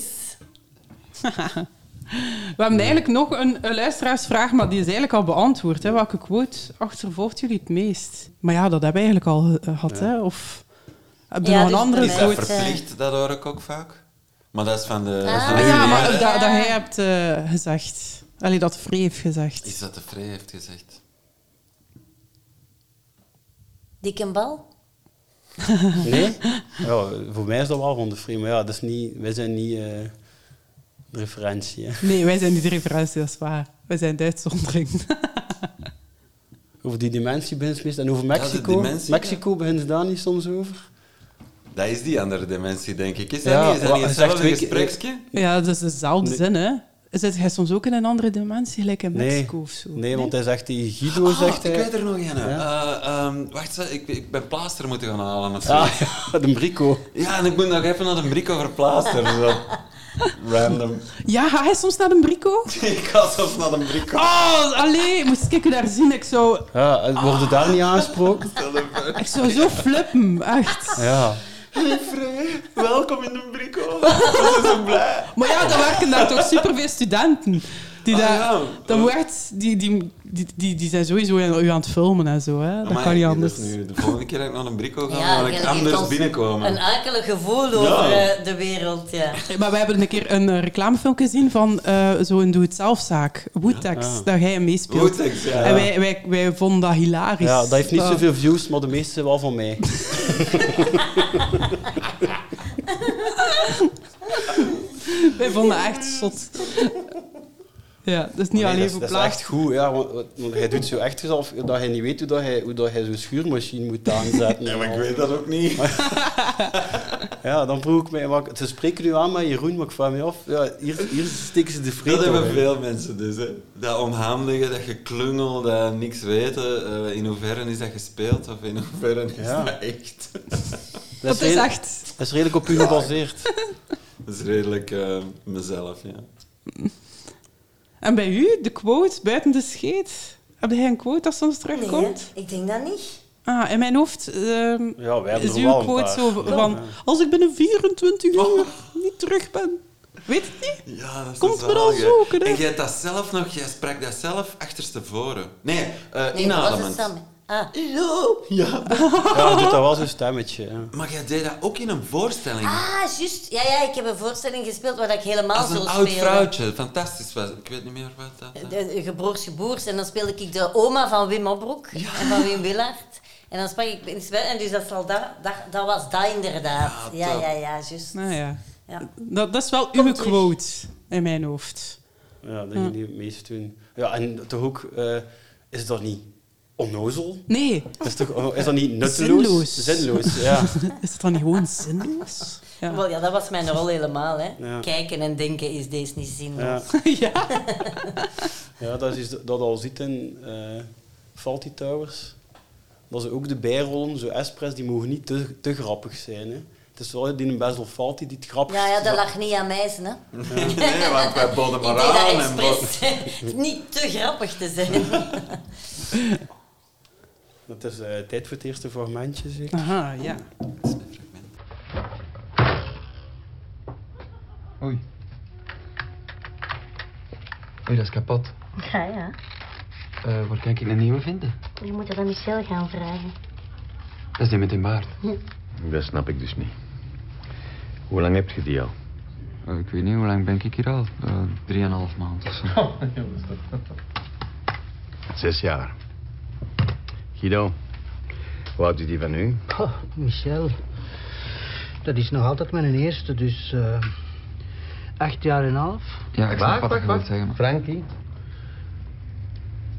Speaker 5: We hebben eigenlijk nog een, een luisteraarsvraag, maar die is eigenlijk al beantwoord. Hè. Welke quote achtervolgt jullie het meest? Maar ja, dat hebben we eigenlijk al ge- gehad. Hè. Of heb je
Speaker 6: Ja,
Speaker 5: nog een
Speaker 6: dus
Speaker 5: andere
Speaker 7: Is dat
Speaker 6: Nooit, eh.
Speaker 5: quote?
Speaker 7: verplicht? Dat hoor ik ook vaak. Maar dat is van de...
Speaker 6: Ah,
Speaker 7: van de
Speaker 5: Ja,
Speaker 6: Ja.
Speaker 5: maar dat,
Speaker 7: hè?
Speaker 5: dat hij hebt eh, gezegd. Allee, dat Free heeft gezegd.
Speaker 7: Is dat de Frey heeft gezegd.
Speaker 6: Dikke bal.
Speaker 4: <laughs> nee? Ja, voor mij is dat wel van de frame. Maar ja, dat is niet, wij zijn niet eh, de referentie. Hè.
Speaker 5: Nee, wij zijn niet de referentie, dat is waar. Wij zijn de uitzondering. <laughs>
Speaker 4: Over die dimensie beginnen ze meestal. En over
Speaker 7: de
Speaker 4: Mexico.
Speaker 7: dimensie,
Speaker 4: Mexico beginnen ze daar niet soms over.
Speaker 7: Dat is die andere dimensie, denk ik. Is dat
Speaker 4: Ja,
Speaker 7: niet? Is dat
Speaker 4: wa-
Speaker 7: niet
Speaker 4: hij zegt
Speaker 7: hetzelfde
Speaker 4: twee keer-
Speaker 7: gespreksje?
Speaker 5: Ja, dat is dezelfde zin, hè? Zit jij soms ook in een andere dimensie, gelijk in
Speaker 4: Nee,
Speaker 5: Mexico of zo?
Speaker 4: nee want hij zegt die Guido,
Speaker 7: Ah,
Speaker 4: zegt
Speaker 7: ik
Speaker 4: hij.
Speaker 7: weet er nog een. hè. Eh, ehm, wacht, eens, ik, ik ben plaaster moeten gaan halen of zo.
Speaker 4: Ah, ja, <laughs> de Brico.
Speaker 7: Ja, en ik moet nog even naar de brico verplaaster. Zo. Random. <laughs>
Speaker 5: Ja, ga jij soms naar een brico?
Speaker 7: ik ga zelfs naar de brico.
Speaker 5: Oh, allee, moest ik u daar zien? Ik zou,
Speaker 4: Ja, het wordt het daar niet aangesproken?
Speaker 5: ik zou zo flippen, echt.
Speaker 4: Ja.
Speaker 7: Welkom in de brico. We zijn zo blij.
Speaker 5: Maar ja, er werken daar toch superveel studenten. Die,
Speaker 7: Ah,
Speaker 5: daar,
Speaker 7: ja.
Speaker 5: dat wordt, die, die, die, die, die zijn sowieso aan- u aan het filmen en zo, hè? Dat
Speaker 7: Amai,
Speaker 5: kan niet
Speaker 7: dat
Speaker 5: anders.
Speaker 7: is Dus nu de volgende keer dat ik naar de brico ga,
Speaker 6: Ja,
Speaker 7: moet
Speaker 6: jij
Speaker 7: ik
Speaker 6: geeft ons
Speaker 7: anders
Speaker 6: Een
Speaker 7: binnenkomen.
Speaker 6: akelig gevoel over eh, de wereld, ja.
Speaker 5: Hey, Maar we hebben een keer een eh, reclamefilmpje gezien van eh, zo'n doe-het-zelfzaak, Woetex,
Speaker 4: Ja.
Speaker 5: dat jij in meespeelt.
Speaker 7: Woetex, ja.
Speaker 5: En wij, wij, wij vonden dat hilarisch. Eh,
Speaker 4: ja, dat heeft niet zoveel views, maar de meeste zijn wel van mij.
Speaker 5: Wij vonden dat echt zot. <laughs> Ja, dus niet
Speaker 4: Nee,
Speaker 5: alleen
Speaker 4: dat, is-
Speaker 5: voor
Speaker 4: dat is
Speaker 5: plaat.
Speaker 4: echt goed, ja, want, want- want hij doet zo echt alsof dat hij niet weet hoe, dat hij, hoe dat hij zo'n schuurmachine moet
Speaker 7: <laughs>
Speaker 4: aanzetten.
Speaker 7: Ja, maar ik weet dat ook niet.
Speaker 4: Ja, dan vroeg ik mij, wat, ze spreken nu aan met Jeroen, maar ik vraag me af, ja, hier, hier steken ze de
Speaker 7: Dat
Speaker 4: vrede
Speaker 7: hebben veel mensen dus. Hè. Dat onhandige, dat geklungel, dat niks weten. eh, in hoeverre is dat gespeeld of in hoeverre is
Speaker 4: Ja.
Speaker 7: dat echt? <laughs>
Speaker 5: Dat is echt...
Speaker 4: Dat is redelijk op u gebaseerd.
Speaker 7: Dat is redelijk eh, mezelf, ja.
Speaker 5: En bij u, de quote, buiten de scheet. Heb jij een quote dat soms
Speaker 6: Nee,
Speaker 5: terugkomt?
Speaker 6: hè? ik denk dat niet.
Speaker 5: Ah, in mijn hoofd ehm,
Speaker 4: Ja, wij hebben
Speaker 5: is
Speaker 4: er
Speaker 5: uw
Speaker 4: wel een
Speaker 5: quote
Speaker 4: paar. Oh.
Speaker 5: zo van... Als ik binnen 24 uur niet terug ben... Weet het niet?
Speaker 7: Ja, dat is
Speaker 5: Komt
Speaker 7: een
Speaker 5: me dan
Speaker 7: zalige.
Speaker 5: zoeken, hè?
Speaker 7: En jij hebt dat zelf nog, jij sprak dat zelf achterstevoren. Nee, eh
Speaker 6: Nee, dat was
Speaker 7: inademen.
Speaker 6: het Sam. Ah, hallo.
Speaker 4: Ja, dat doet dat wel zo'n stemmetje. ja.
Speaker 7: <laughs> Maar jij deed dat ook in een voorstelling.
Speaker 6: Ah, juist. Ja, ja, ik heb een voorstelling gespeeld waar ik helemaal
Speaker 7: Als
Speaker 6: zo
Speaker 7: een
Speaker 6: speelde.
Speaker 7: oud vrouwtje. Fantastisch was het. Ik weet niet meer wat dat...
Speaker 6: De, de Gebroerse Boers. En dan speelde ik de oma van Wim Opbroek en van Wim Willaert. En dan sprak ik in Sven. En dus dat, zal dat, dat, dat was dat inderdaad.
Speaker 7: Ja,
Speaker 6: Ja,
Speaker 7: top.
Speaker 6: ja, ja, juist.
Speaker 5: Nou ja.
Speaker 6: Ja.
Speaker 5: Dat, dat is wel uw
Speaker 6: terug.
Speaker 5: quote in mijn hoofd.
Speaker 4: Ja, dat jullie het meest doen. Ja, en toch ook, eh, is dat niet onnozel?
Speaker 5: Nee,
Speaker 4: Is, toch, oh, is dat niet nutteloos?
Speaker 5: Zinloos.
Speaker 4: Zinloos, ja.
Speaker 5: is het dan niet gewoon zinloos? Ja.
Speaker 6: Wel, ja, dat was mijn rol helemaal. Hè.
Speaker 4: Ja.
Speaker 6: Kijken en denken is deze niet zinloos.
Speaker 4: ja.
Speaker 5: <laughs> ja.
Speaker 4: Ja, dat is iets dat al ziet in eh Faulty Towers. Dat ze ook de bijrollen, zo Espres, die mogen niet te, te grappig zijn. Hè. Het is wel die Basil Faulty die het grappig
Speaker 6: Ja, ja, dat lag niet aan mij. Hè.
Speaker 7: <laughs> Nee, want wij boden
Speaker 6: Ik
Speaker 7: maar
Speaker 6: deed dat
Speaker 7: aan en boden...
Speaker 6: expres. <laughs> niet te grappig te zijn.
Speaker 4: Dat is eh, tijd voor het eerste fragmentje, zeker.
Speaker 5: Aha, ja.
Speaker 9: Oei. Oei, dat is kapot.
Speaker 10: Ja, ja.
Speaker 9: Eh, waar kan ik een nieuwe vinden?
Speaker 10: Je moet het aan Michel gaan vragen.
Speaker 9: Dat is die met die baard.
Speaker 11: Dat snap ik dus niet. Hoe lang heb je die al?
Speaker 9: Eh, ik weet niet, hoe lang ben ik hier al? Eh, Drieënhalf maand of
Speaker 12: <laughs>
Speaker 9: zo.
Speaker 12: Oh,
Speaker 11: Zes jaar. Guido, hoe oud is die van u?
Speaker 10: Michel, dat is nog altijd mijn eerste, dus eh, acht jaar en een half.
Speaker 9: Ja, ik snap wat ik wil zeggen. maar-
Speaker 11: Frankie?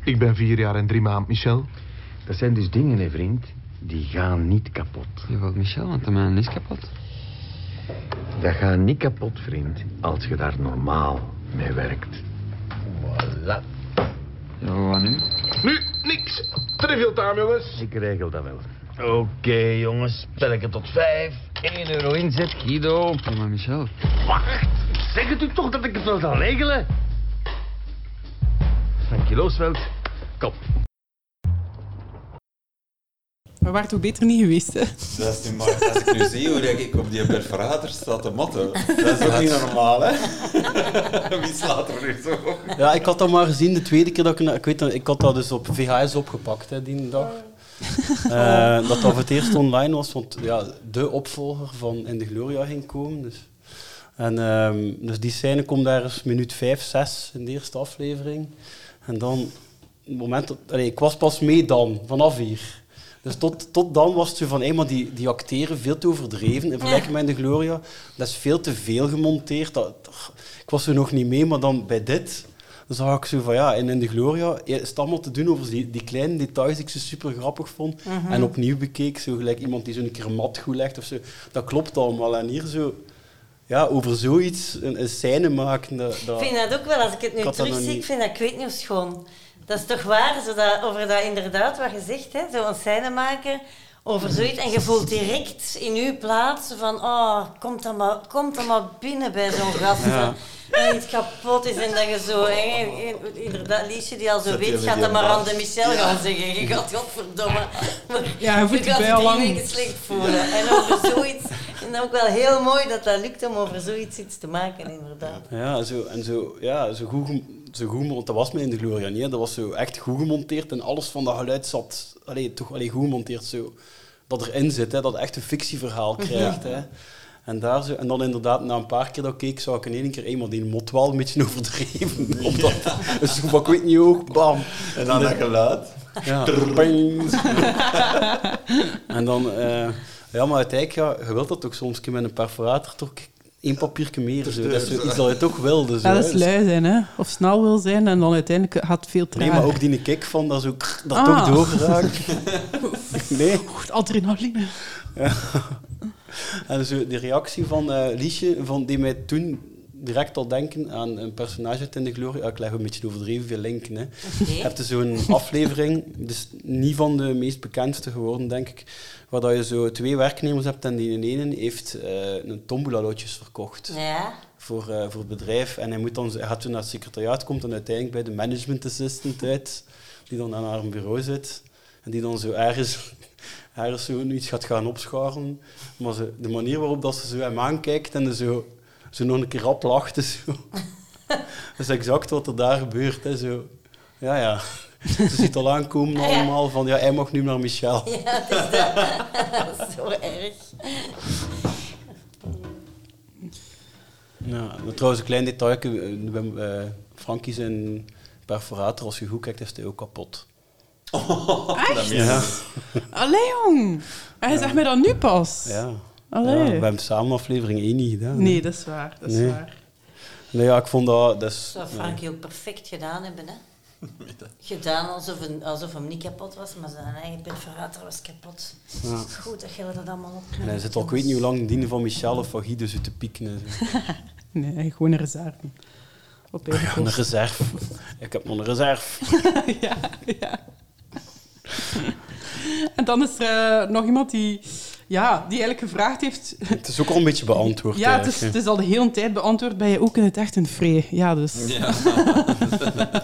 Speaker 13: Ik ben vier jaar en drie maand, Michel.
Speaker 11: Dat zijn dus dingen, hè, vriend. Die gaan niet kapot.
Speaker 9: Jawel, Michel, want de man is kapot.
Speaker 11: Dat gaat niet kapot, vriend, als je daar normaal mee werkt. Voilà.
Speaker 9: Ja, wat nu?
Speaker 13: Nu, niks. Trivial time, jongens.
Speaker 11: Ik regel dat wel. Oké, jongens. Spelletje tot vijf. 1 euro inzet, Guido.
Speaker 9: Ja, maar Michel.
Speaker 11: Wacht! Zeg het u toch dat ik het wel zal regelen? Frankie Loosveld, kom.
Speaker 5: Maar waar het ook beter niet geweest, hè?
Speaker 7: Dat is niet maar. Als ik nu zie hoe dat ik op die perforator sta te
Speaker 6: <laughs>
Speaker 7: motten, dat is ook niet normaal, hè? <laughs> Wie slaat er nu zo op?
Speaker 4: Ja, ik had dat maar gezien de tweede keer dat ik... Ik, weet, dat- ik had dat dus op VHS opgepakt, hè, die dag.
Speaker 6: Oh.
Speaker 4: Eh, dat dat voor het eerst online was, want ja, de opvolger van In de Gloria ging komen. Dus. En, ehm, dus die scène komt daar eens minuut 5, 6 in de eerste aflevering. En dan, het moment dat, allee, ik was pas mee dan, vanaf hier. Dus tot, tot dan was het zo van, hé, maar die, die acteren veel te overdreven. In vergelijking met In de Gloria, dat is veel te veel gemonteerd. Dat, ik was er nog niet mee, maar dan bij dit dan zag ik zo van ja, en in de Gloria ja, is het allemaal te doen over die, die kleine details die ik zo super grappig vond. En opnieuw bekeek, zo gelijk iemand die zo'n keer een mat goed legt of zo. Dat klopt allemaal. En hier zo, ja, over zoiets een, een scène maken. Dat, dat-
Speaker 6: Ik vind dat ook wel, als ik het nu
Speaker 4: Ik had dat nog
Speaker 6: terugzie, ik
Speaker 4: niet.
Speaker 6: vind dat, ik weet niet of schoon. Dat is toch waar, zo dat, over dat inderdaad wat je zegt, hè, zo'n scène maken over zoiets. En je voelt direct in je plaats van, oh, komt dat maar, komt dat maar binnen bij zo'n gast. Dat iets kapot is en dat je zo, hè, inderdaad, Liesje die al zo
Speaker 7: Zet die
Speaker 6: weet,
Speaker 7: met
Speaker 6: gaat
Speaker 7: die
Speaker 6: dat maar aan
Speaker 7: baard.
Speaker 6: de Michel gaan zeggen. Je gaat godverdomme. Maar
Speaker 5: Ja, je voelt je
Speaker 6: gaat
Speaker 5: bij
Speaker 6: je
Speaker 5: al
Speaker 6: drie
Speaker 5: lang.
Speaker 6: weken slecht voelen. En over zoiets, en dat ook wel heel mooi dat dat lukt om over zoiets iets te maken, inderdaad.
Speaker 4: Ja, zo, en zo, ja, zo goed, gem- zo goed, gemo- want dat was me in de Gloria niet. hè. Dat was zo echt goed gemonteerd en alles van dat geluid zat, allee, toch allee, goed gemonteerd zo, dat erin zit, hè, dat het echt een fictieverhaal krijgt. Hè. En, daar zo, en dan inderdaad, na een paar keer dat ik keek, zou ik in één keer eenmaal die mot wel een beetje <laughs> overdreven. Omdat, zo van, ik weet niet hoe, bam.
Speaker 7: En dan dat geluid.
Speaker 4: Ja.
Speaker 5: <laughs>
Speaker 4: en dan, eh, ja, maar uiteindelijk, ja, je wilt dat toch soms met een perforator toch één papiertje meer. Zo. Dat is zo iets dat je toch wilde. Zo,
Speaker 5: Ja, dat
Speaker 4: hè. Dus
Speaker 5: is lui zijn, hè. Of snel wil zijn en dan uiteindelijk gaat het veel
Speaker 4: Nee,
Speaker 5: trager.
Speaker 4: maar ook die kick van dat zo krr, dat
Speaker 5: Ah.
Speaker 4: toch
Speaker 5: <laughs>
Speaker 4: doorgeraakt. nee.
Speaker 5: Goed, adrenaline.
Speaker 4: En zo de reactie van eh, Liesje, van die mij toen direct al denken aan een personage uit In de Glorie. Ah, ik leg een beetje overdreven veel linken. Hè. Je hebt dus zo'n aflevering, dus niet van de meest bekendste geworden, denk ik, waar dat je zo twee werknemers hebt en die ene heeft eh, een tombola-lotjes verkocht.
Speaker 6: Ja.
Speaker 4: voor, eh, voor het bedrijf. En hij, moet dan, hij gaat toen naar het secretariaat, komt dan uiteindelijk bij de management assistant uit, die dan aan haar bureau zit. En die dan zo ergens, <laughs> ergens zo iets gaat gaan opscharren. Maar ze, de manier waarop dat ze zo hem aankijkt en zo, <laughs> zo nog een keer rap lacht, is zo. dat is exact wat er daar gebeurt. Hè, zo. Ja, ja. <laughs> Ze ziet al aankomen allemaal van, ja, hij mag nu naar Michel.
Speaker 6: Ja, het is dat. <laughs> Zo erg.
Speaker 4: Ja, maar trouwens, een klein detail. Uh, Frankie zijn perforator, als je goed kijkt, is hij ook kapot.
Speaker 5: Echt? Allee, jong. Hij zegt mij dat nu pas.
Speaker 4: Ja.
Speaker 5: Allee.
Speaker 4: Ja, we hebben samen aflevering 1 niet gedaan. hè.
Speaker 5: Nee, dat is waar. Dat is
Speaker 4: Nee.
Speaker 5: waar.
Speaker 4: Nee, ja, ik vond dat... dat
Speaker 6: Dat
Speaker 4: is,
Speaker 6: zou Frankie ook perfect gedaan hebben, hè? Gedaan alsof, een, alsof hem niet kapot was, maar zijn eigen perforator was kapot.
Speaker 4: Ja.
Speaker 6: Goed dat jij dat allemaal
Speaker 4: nee.
Speaker 6: opknapt.
Speaker 4: En hij zit al, ik weet niet hoe lang, dienen van Michel of van Guido zit te pieken. en zo.
Speaker 5: Nee, gewoon een reserve. Op
Speaker 4: Ah ja,
Speaker 5: eigen <laughs>
Speaker 4: een
Speaker 5: kost.
Speaker 4: reserve. Ik heb nog een reserve.
Speaker 5: <laughs> ja, ja. En dan is er eh, nog iemand die, ja, die eigenlijk gevraagd heeft...
Speaker 4: Het is ook al een beetje beantwoord.
Speaker 5: ja, het is,
Speaker 4: eigenlijk,
Speaker 5: het
Speaker 4: hè.
Speaker 5: is al de hele tijd beantwoord. Ben je ook in het echt een vree? Ja, dus...
Speaker 7: Ja.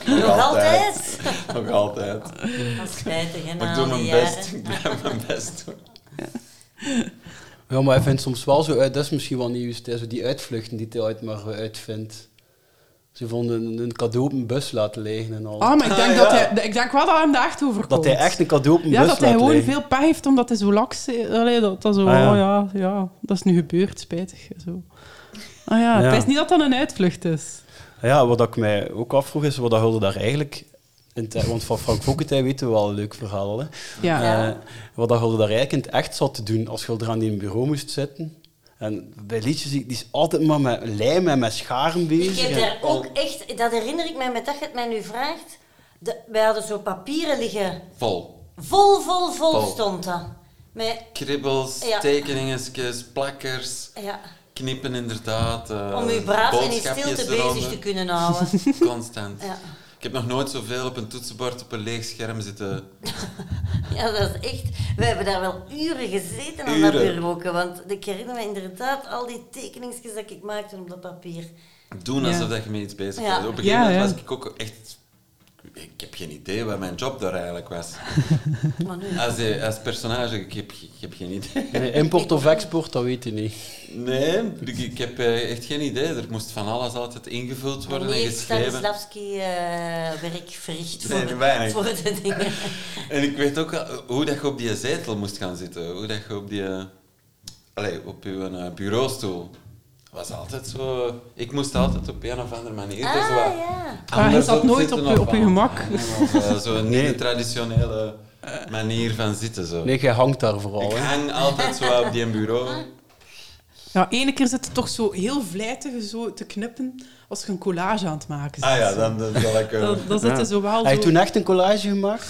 Speaker 6: Nog altijd?
Speaker 7: Nog altijd.
Speaker 6: Oh, Dat is spijtig, hè,
Speaker 7: Maar
Speaker 6: na
Speaker 7: ik doe
Speaker 6: al die
Speaker 7: mijn
Speaker 6: jaren.
Speaker 7: best. <laughs> Ik blijf mijn best doen.
Speaker 4: Ja, maar hij vindt soms wel zo uit, dat is misschien wel nieuws, hè, zo die uitvluchten die hij altijd maar uitvindt. Ze vonden een, een cadeau op een bus laten liggen en al.
Speaker 5: Ah, maar ik denk,
Speaker 4: Ah,
Speaker 5: dat
Speaker 4: ja.
Speaker 5: hij, ik denk wel dat hem daar echt over komt.
Speaker 4: Dat hij echt een cadeau op een
Speaker 5: Ja,
Speaker 4: bus
Speaker 5: dat hij
Speaker 4: laat
Speaker 5: gewoon
Speaker 4: liggen.
Speaker 5: veel pech heeft omdat hij zo laks... Allee, dat, dat zo,
Speaker 4: Ah, ja.
Speaker 5: ja. ja, ja, dat is nu gebeurd, spijtig. Zo. Ah
Speaker 4: Ja.
Speaker 5: ja, het is niet dat dat een uitvlucht is.
Speaker 4: Ja, wat ik mij ook afvroeg is, wat dat Hulde daar eigenlijk... in het e- Want van Frank Fokkentij weten we wel een leuk verhaal. Hè?
Speaker 5: Ja. Ja.
Speaker 4: Eh, wat dat Hulde daar eigenlijk in het echt zat te doen als Hulde aan die bureau moest zitten. En bij liedjes, die die is altijd maar met lijm en met scharen
Speaker 6: Ik
Speaker 4: bezig.
Speaker 6: heb
Speaker 4: en-
Speaker 6: daar ook echt, dat herinner ik mij met dat je het mij nu vraagt. De, wij hadden zo papieren liggen.
Speaker 7: Vol.
Speaker 6: Vol, vol, vol,
Speaker 7: Vol.
Speaker 6: stond dat. Met,
Speaker 7: Kribbels,
Speaker 6: Ja.
Speaker 7: tekeningetjes, plakkers,
Speaker 6: ja,
Speaker 7: knippen inderdaad. eh,
Speaker 6: om u braaf en in
Speaker 7: boodschapjes
Speaker 6: stilte
Speaker 7: eronder.
Speaker 6: bezig te kunnen houden.
Speaker 7: Constant.
Speaker 6: Ja.
Speaker 7: Ik heb nog nooit zoveel op een toetsenbord op een leeg scherm zitten.
Speaker 6: Ja, dat is echt. We hebben daar wel uren gezeten aan dat
Speaker 7: Uren.
Speaker 6: bureauken. Want ik herinner me inderdaad al die tekeningsjes dat ik maakte op dat papier.
Speaker 7: Doen
Speaker 5: Ja.
Speaker 7: alsof dat je mee iets bezig
Speaker 6: Ja.
Speaker 7: bent. Op een
Speaker 5: Ja,
Speaker 7: gegeven moment
Speaker 5: ja.
Speaker 7: was ik ook echt... Ik heb geen idee wat mijn job daar eigenlijk was.
Speaker 6: Maar nu-
Speaker 7: Als, eh, als personage, ik heb, ik heb geen idee. <laughs>
Speaker 4: Nee, import of export, dat weet je niet.
Speaker 7: Nee, ik, ik heb eh, echt geen idee. Er moest van alles altijd ingevuld worden en
Speaker 6: Nee,
Speaker 7: geschreven.
Speaker 6: Stanislavski eh werk verricht
Speaker 7: Nee,
Speaker 6: voor,
Speaker 7: weinig.
Speaker 6: voor de
Speaker 7: <laughs>
Speaker 6: dingen.
Speaker 7: En ik weet ook al hoe dat je op die zetel moest gaan zitten. Hoe dat je op die... eh, Allee, op je eh, bureaustoel. was altijd zo... Ik moest altijd op een of andere manier... er zo wat
Speaker 6: Ah, ja.
Speaker 5: Ah, je
Speaker 7: anders
Speaker 5: zat nooit
Speaker 7: zitten
Speaker 5: op je-
Speaker 7: of
Speaker 5: op je
Speaker 7: aan-
Speaker 5: gemak.
Speaker 7: of, eh,
Speaker 5: <laughs>
Speaker 7: Zo'n niet-traditionele manier van zitten. Zo.
Speaker 4: Nee, jij hangt daar vooral.
Speaker 7: Ik
Speaker 4: Hè?
Speaker 7: hang altijd zo op die bureau.
Speaker 5: Ja, ene keer zit het toch zo heel vlijtig zo te knippen als je een collage aan het maken bent.
Speaker 7: Ah ja, dan, dan zal ik... eh,
Speaker 5: Dan, dan zit er zo wel
Speaker 4: Hij
Speaker 5: zo...
Speaker 4: heeft toen echt een collage gemaakt.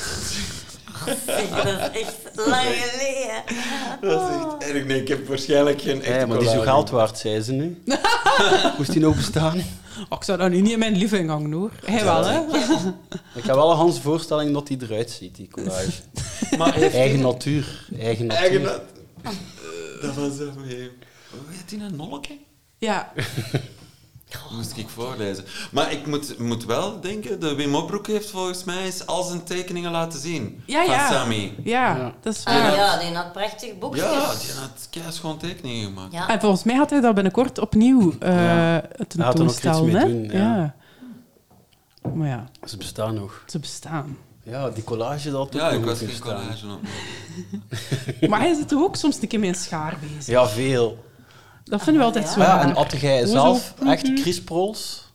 Speaker 6: Zeg, dat is echt lang geleden.
Speaker 7: Dat is echt erg. Nee, ik heb waarschijnlijk geen echte
Speaker 4: Ja, maar die is zo
Speaker 7: collage.
Speaker 4: geld waard, zei ze
Speaker 6: <laughs>
Speaker 4: nu. Moest die nou bestaan?
Speaker 5: Oh, ik zou dat nu niet in mijn living hangen, hoor. Hij wel, hè?
Speaker 4: Ik heb wel een Hans voorstelling dat die eruit ziet, die collage.
Speaker 7: Maar heeft
Speaker 4: Eigen natuur. Eigen natuur.
Speaker 7: eigen... dat- Eh, Dat was zo... Hoe heet die nou? Nolke?
Speaker 5: Ja.
Speaker 7: Moest ik voorlezen. Maar ik moet, moet wel denken, de Wim Opbroek heeft volgens mij eens al zijn tekeningen laten zien.
Speaker 5: Ja, ja.
Speaker 7: Van Sammy.
Speaker 5: Ja, dat is waar.
Speaker 6: Ah, ja, die had prachtig boekjes.
Speaker 7: Ja, die had keischoon tekeningen gemaakt.
Speaker 6: Ja.
Speaker 5: En volgens mij gaat hij dat binnenkort opnieuw eh
Speaker 4: Ja. Hij gaat er nog iets
Speaker 5: tentoonstellen,
Speaker 4: mee
Speaker 5: hè?
Speaker 4: doen, ja.
Speaker 5: Ja. Maar ja,
Speaker 4: Ze bestaan nog.
Speaker 5: ze bestaan.
Speaker 4: Ja, die collage dat had
Speaker 7: Ja,
Speaker 4: ook nog
Speaker 7: ik was
Speaker 4: moeten
Speaker 7: geen
Speaker 4: bestaan.
Speaker 7: collage op.
Speaker 5: Maar hij zit toch ook soms een keer met een schaar bezig?
Speaker 4: Ja, veel.
Speaker 5: Dat vinden we altijd zo
Speaker 4: Ah Ja, en
Speaker 5: raar.
Speaker 4: atte jij
Speaker 5: Hoezo?
Speaker 4: zelf
Speaker 6: Mhm.
Speaker 4: echt Chris Prols?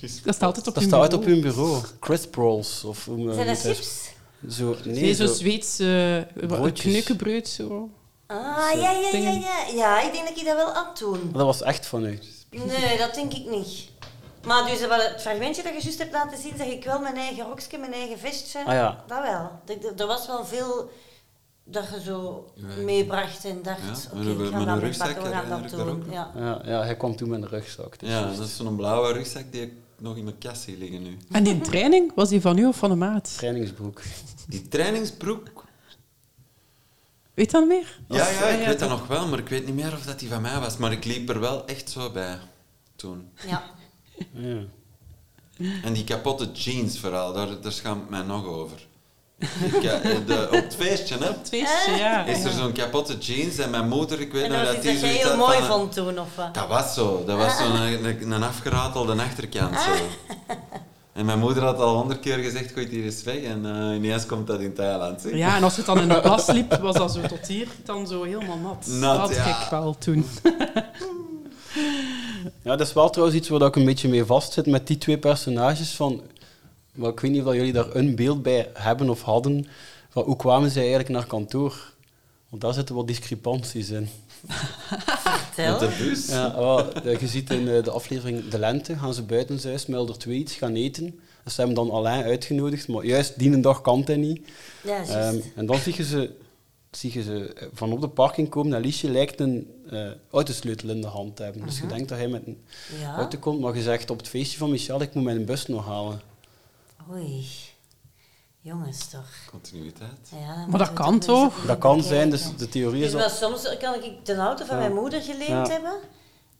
Speaker 5: Dat staat altijd
Speaker 4: Dat
Speaker 5: op hun
Speaker 4: staat uit op
Speaker 5: bureau.
Speaker 4: hun bureau. Chris Prols. Of hoe men
Speaker 6: Zijn dat
Speaker 4: het is.
Speaker 6: chips?
Speaker 4: Zo, nee,
Speaker 5: Nee,
Speaker 4: zo,
Speaker 5: zo'n Zweedse uh,
Speaker 4: Broodjes.
Speaker 5: knukkenbreud, zo.
Speaker 6: Ah, ja, ja, ja, ja. Ja, ik denk dat ik dat wel aan doen.
Speaker 4: Dat was echt van u.
Speaker 6: Nee, dat denk ik niet. Maar dus wel het fragmentje dat je juist hebt laten zien, zeg ik wel mijn eigen rokje, mijn eigen vestje.
Speaker 4: Ah, ja.
Speaker 6: Dat wel. Dat- dat- Er was wel veel dat je zo meebracht en dacht,
Speaker 7: Ja,
Speaker 6: oké,
Speaker 7: met een-
Speaker 6: ik ga
Speaker 7: met
Speaker 6: dat
Speaker 7: een
Speaker 6: meepakken, we
Speaker 7: rugzak, eh,
Speaker 6: gaan dat
Speaker 7: herinner ik dat
Speaker 6: doen.
Speaker 7: <laughs>
Speaker 6: Ja.
Speaker 4: Ja, ja, hij kwam toen met een rugzak. Dus
Speaker 7: Ja, dat is zo'n blauwe rugzak die ik nog in mijn kast zie liggen nu.
Speaker 5: En die training, was die van u of van de maat?
Speaker 4: trainingsbroek.
Speaker 6: <laughs>
Speaker 7: Die trainingsbroek...
Speaker 5: Weet dat meer?
Speaker 7: Ja, ja, ik weet dat nog wel, maar ik weet niet meer of dat die van mij was. Maar ik liep er wel echt zo bij toen.
Speaker 6: ja.
Speaker 4: Ja.
Speaker 7: En die kapotte jeans verhaal, daar, daar schaamt mij nog over. Ik, ja, de, op het feestje, hè?
Speaker 5: Het feestje, ja.
Speaker 7: Is er zo'n kapotte jeans en mijn moeder, ik weet
Speaker 6: En
Speaker 7: nog
Speaker 6: dat was
Speaker 7: dat
Speaker 6: iets
Speaker 7: nou, die
Speaker 6: dat jij
Speaker 7: zoiets
Speaker 6: heel
Speaker 7: had van,
Speaker 6: mooi
Speaker 7: eh,
Speaker 6: vond toen, of wat? <laughs>
Speaker 7: Dat was zo. Dat was zo'n een, een afgeratelde achterkant. Zo. En mijn moeder had al honderd keer gezegd, gooit hier eens weg. En eh, ineens komt dat in Thailand. zeg.
Speaker 5: Ja, en als het dan in de plas liep, was dat zo tot hier dan zo helemaal nat.
Speaker 7: Nat,
Speaker 5: dat
Speaker 7: ja.
Speaker 5: ik wel toen. <laughs>
Speaker 4: Ja, dat is wel trouwens iets waar dat ik een beetje mee vastzit met die twee personages. Van, maar ik weet niet of dat jullie daar een beeld bij hebben of hadden. Van hoe kwamen zij eigenlijk naar kantoor? Want daar zitten wat discrepanties in.
Speaker 6: Vertel. Met de bus?
Speaker 4: Ja, wel, eh, je ziet in eh, de aflevering De Lente gaan ze buitenshuis met elder twee iets gaan eten. En ze hebben dan Alain uitgenodigd, maar juist die een dag kan hij niet.
Speaker 6: Ja, juist.
Speaker 4: Ehm, en dan zie je ze, zie je ze eh, van op de parking komen en Liesje lijkt een eh autosleutel in de hand te hebben. Dus
Speaker 6: Mhm.
Speaker 4: je denkt dat hij met een
Speaker 6: Ja.
Speaker 4: auto komt, maar je zegt op het feestje van Michel, ik moet mijn bus nog halen.
Speaker 6: Oei. Jongens, toch.
Speaker 7: Continuïteit.
Speaker 6: Ja, dan
Speaker 5: Maar dat
Speaker 6: moeten we
Speaker 5: kan
Speaker 6: eens
Speaker 5: toch?
Speaker 6: opnieuw
Speaker 4: Dat kan
Speaker 6: bekijken.
Speaker 4: zijn, dus de theorie
Speaker 6: Dus
Speaker 4: is
Speaker 6: wel,
Speaker 4: dat...
Speaker 6: soms kan ik de auto van
Speaker 4: Ja.
Speaker 6: mijn moeder geleend
Speaker 4: Ja.
Speaker 6: hebben.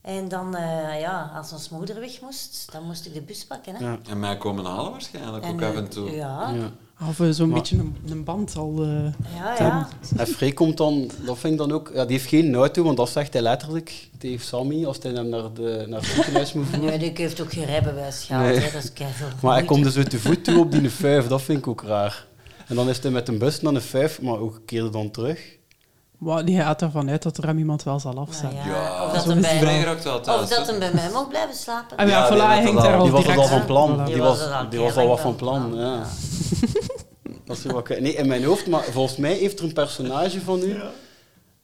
Speaker 6: En dan, eh, ja, als ons moeder weg moest, dan moest ik de bus pakken. Hè?
Speaker 7: En mij komen halen waarschijnlijk, ook
Speaker 6: En, eh,
Speaker 7: af en toe.
Speaker 6: ja. Ja.
Speaker 5: Of eh, zo'n
Speaker 4: Maar-
Speaker 5: beetje een, een band al. eh,
Speaker 6: Ja, ja.
Speaker 4: En Frey komt dan, dat vind ik dan ook, ja, die heeft geen auto, want dat zegt hij letterlijk tegen Sammy als hij hem naar, de, naar het ziekenhuis moet voeren.
Speaker 6: Nee, die heeft ook geen rijbewijs gehaald.
Speaker 4: Nee.
Speaker 6: hè, Dat is keihard.
Speaker 4: Maar hij komt dus uit de voet toe op die vijf, dat vind ik ook raar. En dan is hij met een bus naar de vijf, maar ook een keer dan terug.
Speaker 5: Maar die gaat ervan uit dat er hem iemand wel zal afzetten.
Speaker 6: Nou ja. Ja, of dat
Speaker 5: Zo
Speaker 6: hem
Speaker 5: is
Speaker 6: bij-
Speaker 5: het wel.
Speaker 6: Of dat hem bij mij mocht blijven slapen.
Speaker 5: Ah, ja, voilà, hij hangt daar al
Speaker 4: Die was dat al
Speaker 5: direct
Speaker 4: van plan.
Speaker 5: aan.
Speaker 4: Die was,
Speaker 6: Die was er al
Speaker 4: die was al
Speaker 6: kennelijk
Speaker 4: wat van plan, ja. Dat is wel wat ik- Nee, in mijn hoofd, maar volgens mij heeft er een personage van u...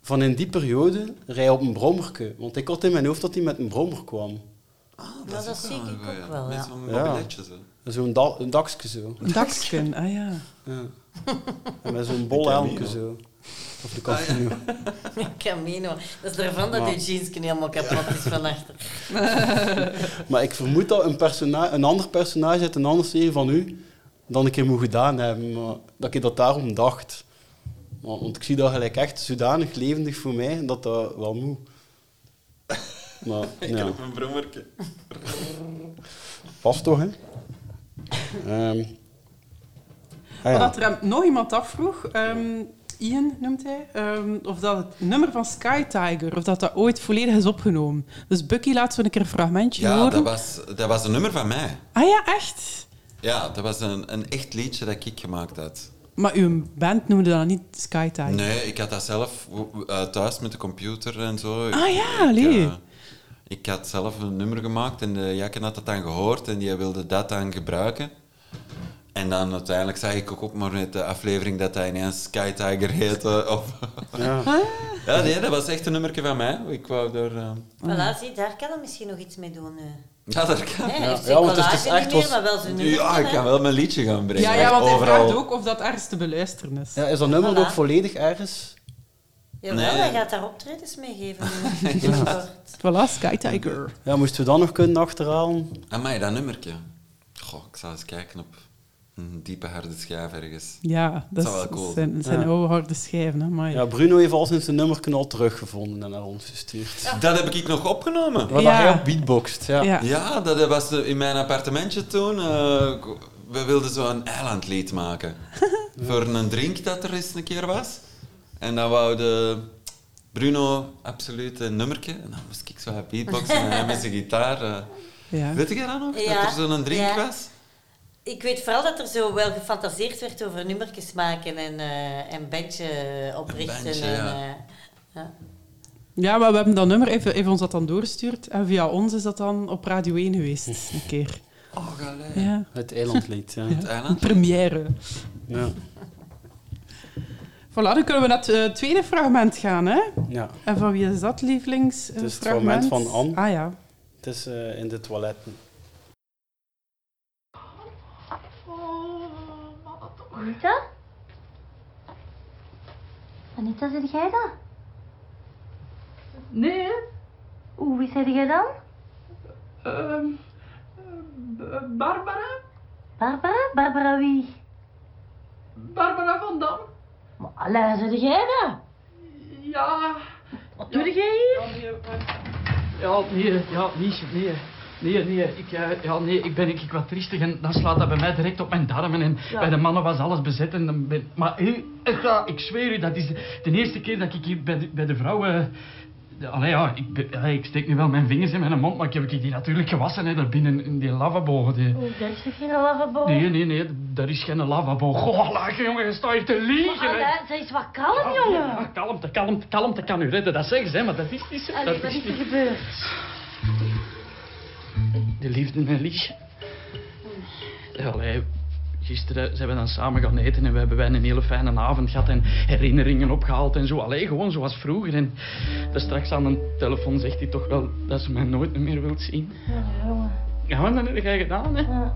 Speaker 4: Van in die periode rij op een brommerke. Want ik had in mijn hoofd dat hij met een brommer kwam.
Speaker 6: Ja, dat, zie ik ook wel,
Speaker 7: Ah, Met
Speaker 6: <laughs> ja.
Speaker 7: zo'n
Speaker 4: Ja.
Speaker 7: mobiletje zo.
Speaker 4: Zo'n da een dakske zo.
Speaker 5: Een daksken, ah ja.
Speaker 4: Ja. En met zo'n bol helmke zo. Of de kampioen.
Speaker 6: Camino. Dat is daarvan dat
Speaker 4: Maar-
Speaker 6: je jeans helemaal kapot is van achter.
Speaker 4: Maar ik vermoed dat een, persona- een ander personage uit een andere serie van u dan ik keer moet gedaan hebben. Maar dat ik dat daarom dacht. Maar- want ik zie dat gelijk echt zodanig levendig voor mij dat dat wel moet. Maar
Speaker 7: Ik
Speaker 4: ja,
Speaker 7: heb een brommerke.
Speaker 4: past toch, hè? Ehm. Ah, ja.
Speaker 5: Maar dat er hem nog iemand afvroeg, ehm, Ian noemt hij, ehm, of dat het nummer van Sky Tiger, of dat dat ooit volledig is opgenomen. Dus Bucky laat zo een keer een fragmentje
Speaker 7: Ja,
Speaker 5: horen.
Speaker 7: dat was, dat was een nummer van mij.
Speaker 5: Ah ja, echt?
Speaker 7: Ja, dat was een, een echt liedje dat ik gemaakt had.
Speaker 5: Maar uw band noemde dat niet Sky Tiger?
Speaker 7: Nee, ik had dat zelf eh, thuis met de computer en zo. Ik-
Speaker 5: Ah ja,
Speaker 7: ik,
Speaker 5: allee.
Speaker 7: eh, ik had zelf een nummer gemaakt en de Jacken had dat dan gehoord en die wilde dat dan gebruiken. En dan uiteindelijk zag ik ook op maar met de aflevering dat hij ineens Sky Tiger heette. <laughs> Of
Speaker 4: Ja.
Speaker 5: Ah.
Speaker 7: ja, nee, dat was echt een nummerke van mij. Ik wou daar... eh,
Speaker 6: Voilà, zie, daar kan hij misschien nog iets mee doen. eh.
Speaker 7: Ja, dat kan.
Speaker 6: Hè, hij heeft zijn collage niet meer, maar wel zijn nummer.
Speaker 7: Ja, ik kan wel mijn liedje gaan brengen.
Speaker 5: Ja, ja, want hij
Speaker 7: overal.
Speaker 5: vraagt ook of dat ergens te beluisteren is.
Speaker 4: Ja, is dat nummer
Speaker 6: Voilà.
Speaker 4: ook volledig ergens?
Speaker 6: Jawel,
Speaker 7: Nee.
Speaker 6: hij gaat daar optredens mee geven.
Speaker 7: <laughs>
Speaker 6: nu.
Speaker 5: Voilà, Sky Tiger.
Speaker 4: Ja, moesten we dan nog kunnen achterhalen?
Speaker 7: Amai, dat nummertje. Goh, ik zal eens kijken op een diepe harde schijf ergens.
Speaker 5: Ja, dat
Speaker 7: zou
Speaker 5: is-
Speaker 7: wel cool
Speaker 5: zijn, zijn
Speaker 4: Ja.
Speaker 5: oude harde schijven, hè. Maar
Speaker 4: Ja, Bruno heeft al sinds zijn nummer al teruggevonden en naar ons gestuurd.
Speaker 7: Dat heb ik nog opgenomen.
Speaker 4: Wat
Speaker 5: Ja.
Speaker 4: hij op beatboxt, ja.
Speaker 5: Ja.
Speaker 7: Ja, dat was in mijn appartementje toen. eh, we wilden zo een eilandlied
Speaker 5: <laughs>
Speaker 7: maken. Voor een drink dat er eens een keer was. En dan wou de Bruno absoluut een nummertje. En dan moest ik zo gaan beatboxen en hij met zijn gitaar. eh.
Speaker 5: Ja.
Speaker 7: Weet je dat nog?
Speaker 6: Ja,
Speaker 7: Dat er zo'n drink
Speaker 6: ja.
Speaker 7: was?
Speaker 6: Ik weet vooral dat er zo wel gefantaseerd werd over nummertjes maken en eh een bandje oprichten.
Speaker 7: Een bandje,
Speaker 6: en,
Speaker 7: ja.
Speaker 6: eh, ja.
Speaker 5: Ja, maar we hebben dat nummer, even, even ons dat dan doorgestuurd. En via ons is dat dan op Radio 1 geweest, een keer.
Speaker 7: Oh, gelijk.
Speaker 5: Ja.
Speaker 4: Het eilandlied, ja.
Speaker 7: Het
Speaker 5: Een
Speaker 7: eiland.
Speaker 5: première.
Speaker 4: ja.
Speaker 5: Voilà, dan kunnen we naar het eh, tweede fragment gaan, hè?
Speaker 4: ja.
Speaker 5: En van wie is dat, lievelings? Het
Speaker 4: is het fragment van Anne.
Speaker 5: Ah ja.
Speaker 4: Het is eh, in de toiletten.
Speaker 14: Anita? Anita, zit jij dat? Nee. Oeh, wie zei jij dan?
Speaker 12: Barbara?
Speaker 14: Barbara? Barbara wie?
Speaker 12: Barbara van Dam?
Speaker 14: Maar Alain, zit jij dat?
Speaker 12: Ja.
Speaker 14: Wat doe jij
Speaker 12: hier? Ja, nee, eh, ja, nee, ja, nee, nee. Nee, nee, ik, eh, ja, nee, ik ben ik, ik wat triestig en dan slaat dat bij mij direct op mijn darmen. En
Speaker 14: Ja.
Speaker 12: bij de mannen was alles bezet. En dan eh, ben, maar hé, echt waar, ik zweer u, dat is eh, de eerste keer dat ik hier bij de, bij de vrouwen Ja, Allee, ja, ik, be- ja, ik steek nu wel mijn vingers in mijn mond, maar ik heb die natuurlijk gewassen hè, daar binnen in die lavabo. Die...
Speaker 14: Oeh, dat Oh, is toch geen lavabo?
Speaker 12: Nee, nee, nee, daar is geen lavabo. Goh, lage jongen, je staat hier te liegen.
Speaker 14: Maar
Speaker 12: hè.
Speaker 14: Alain, zij is wat kalm,
Speaker 12: Ja,
Speaker 14: jongen.
Speaker 12: ja, kalmte, kalmte, kalmte kan u redden, dat zeggen ze, hè, maar dat is niet zo.
Speaker 14: Allee, wat is er
Speaker 12: niet-
Speaker 14: gebeurd?
Speaker 12: De liefde, mijn lief. Ja, Allee, gisteren zijn we dan samen gaan eten en we hebben wij een hele fijne avond gehad en herinneringen opgehaald en zo. Allee, gewoon zoals vroeger. En daar straks aan de telefoon zegt hij toch wel dat ze mij nooit meer wilt zien.
Speaker 14: Ja, jongen.
Speaker 12: Ja, maar dan heb jij gedaan, hè.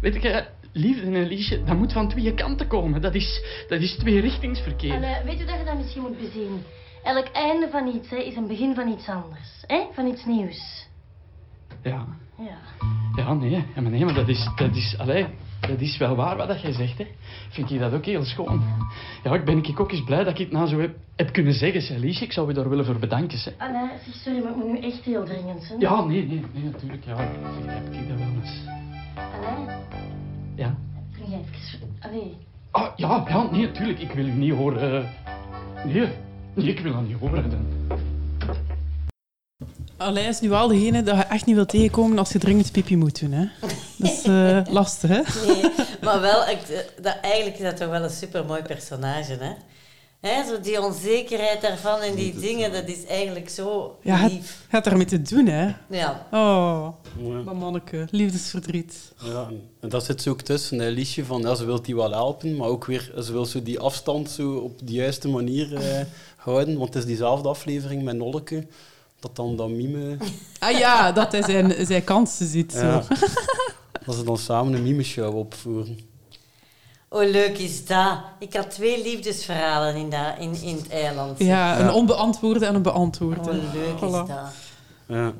Speaker 12: Weet je, liefde en liefje, dat moet van twee kanten komen. Dat is, dat is tweerichtingsverkeer.
Speaker 14: Alain, weet je dat je dat misschien moet bezien? Elk einde van iets hè, is een begin van iets anders. Hè? Van iets nieuws.
Speaker 12: Ja.
Speaker 14: Ja.
Speaker 12: Ja, nee, ja, maar nee, maar dat is, dat is, allee, dat is wel waar wat dat jij zegt, hè. Vind ik dat ook heel schoon. Ja, ik ben ik ook eens blij dat ik het nou zo heb, heb kunnen zeggen, zei Liesje. Ik zou je daar willen voor bedanken, zeg.
Speaker 14: Alain, zeg, sorry, maar ik moet nu echt heel dringend zijn.
Speaker 12: Ja, nee, nee, nee, natuurlijk, ja. Heb ik dat wel eens.
Speaker 14: Alain,
Speaker 12: Ja.
Speaker 14: kun jij even... Allee.
Speaker 12: Ah, ja, ja, nee, natuurlijk, ik wil u niet horen. eh. Nee, nee, ik wil dat niet horen. Dan.
Speaker 5: Allee is nu wel degene dat je echt niet wilt tegenkomen als je dringend pipi moet doen. Hè? Dat is eh, <laughs> lastig, hè?
Speaker 6: Nee, <laughs> maar wel, ik, eh, dat, eigenlijk is dat toch wel een supermooi personage, hè? hè zo die onzekerheid daarvan en die dingen, dat is eigenlijk zo
Speaker 5: Ja, het,
Speaker 6: lief.
Speaker 5: het had ermee te doen, hè?
Speaker 6: Ja.
Speaker 5: Oh,
Speaker 4: Ja.
Speaker 5: dat manneke. Liefdesverdriet.
Speaker 4: Ja, en daar zit ze ook tussen. Een liedje van, ja, ze wil die wel helpen, maar ook weer, ze wil zo die afstand zo op de juiste manier eh,
Speaker 6: <laughs>
Speaker 4: houden. Want het is diezelfde aflevering met Nolleke, dat dan dat
Speaker 6: <laughs>
Speaker 4: mime...
Speaker 5: Ah ja, dat hij zijn, zijn kansen ziet. Zo.
Speaker 4: Ja. dat ze dan samen een mime-show opvoeren.
Speaker 6: Oh, leuk is dat. Ik had twee liefdesverhalen in, dat, in, in het eiland. zeg.
Speaker 5: Ja, een onbeantwoorde en een beantwoorde.
Speaker 6: Oh, leuk is dat.
Speaker 4: Ja.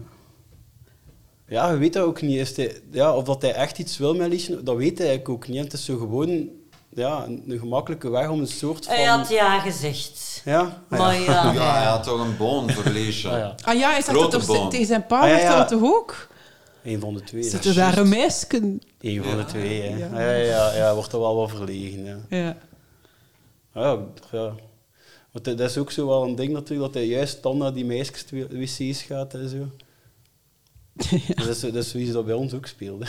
Speaker 4: Ja, je weet dat ook niet. Is hij, ja, of dat hij echt iets wil met Liesje, dat weet hij eigenlijk ook niet. En het is zo gewoon ja, een, een gemakkelijke weg om een soort van...
Speaker 6: Hij had ja gezegd.
Speaker 4: Ja?
Speaker 6: Maar ja.
Speaker 7: Ja, hij had toch een boon voor Leesje.
Speaker 5: Ah ja, hij zegt dat
Speaker 7: Grote
Speaker 5: toch
Speaker 7: boon.
Speaker 5: tegen zijn pa,
Speaker 4: Ah, ja,
Speaker 5: zegt hij
Speaker 4: ja.
Speaker 5: dat toch ook?
Speaker 4: Een van de twee.
Speaker 5: Zitten daar een meisje?
Speaker 4: Eén van de twee, hè.
Speaker 5: Ja.
Speaker 4: Ja, ja, ja, ja, wordt er wel wat verlegen, ja.
Speaker 5: Ja.
Speaker 4: Ja, ja. Want dat is ook zo wel een ding natuurlijk, dat hij juist dan naar die meisjes wc's gaat en <laughs> zo. Dat, is, dat is zoiets dat bij ons ook speelde.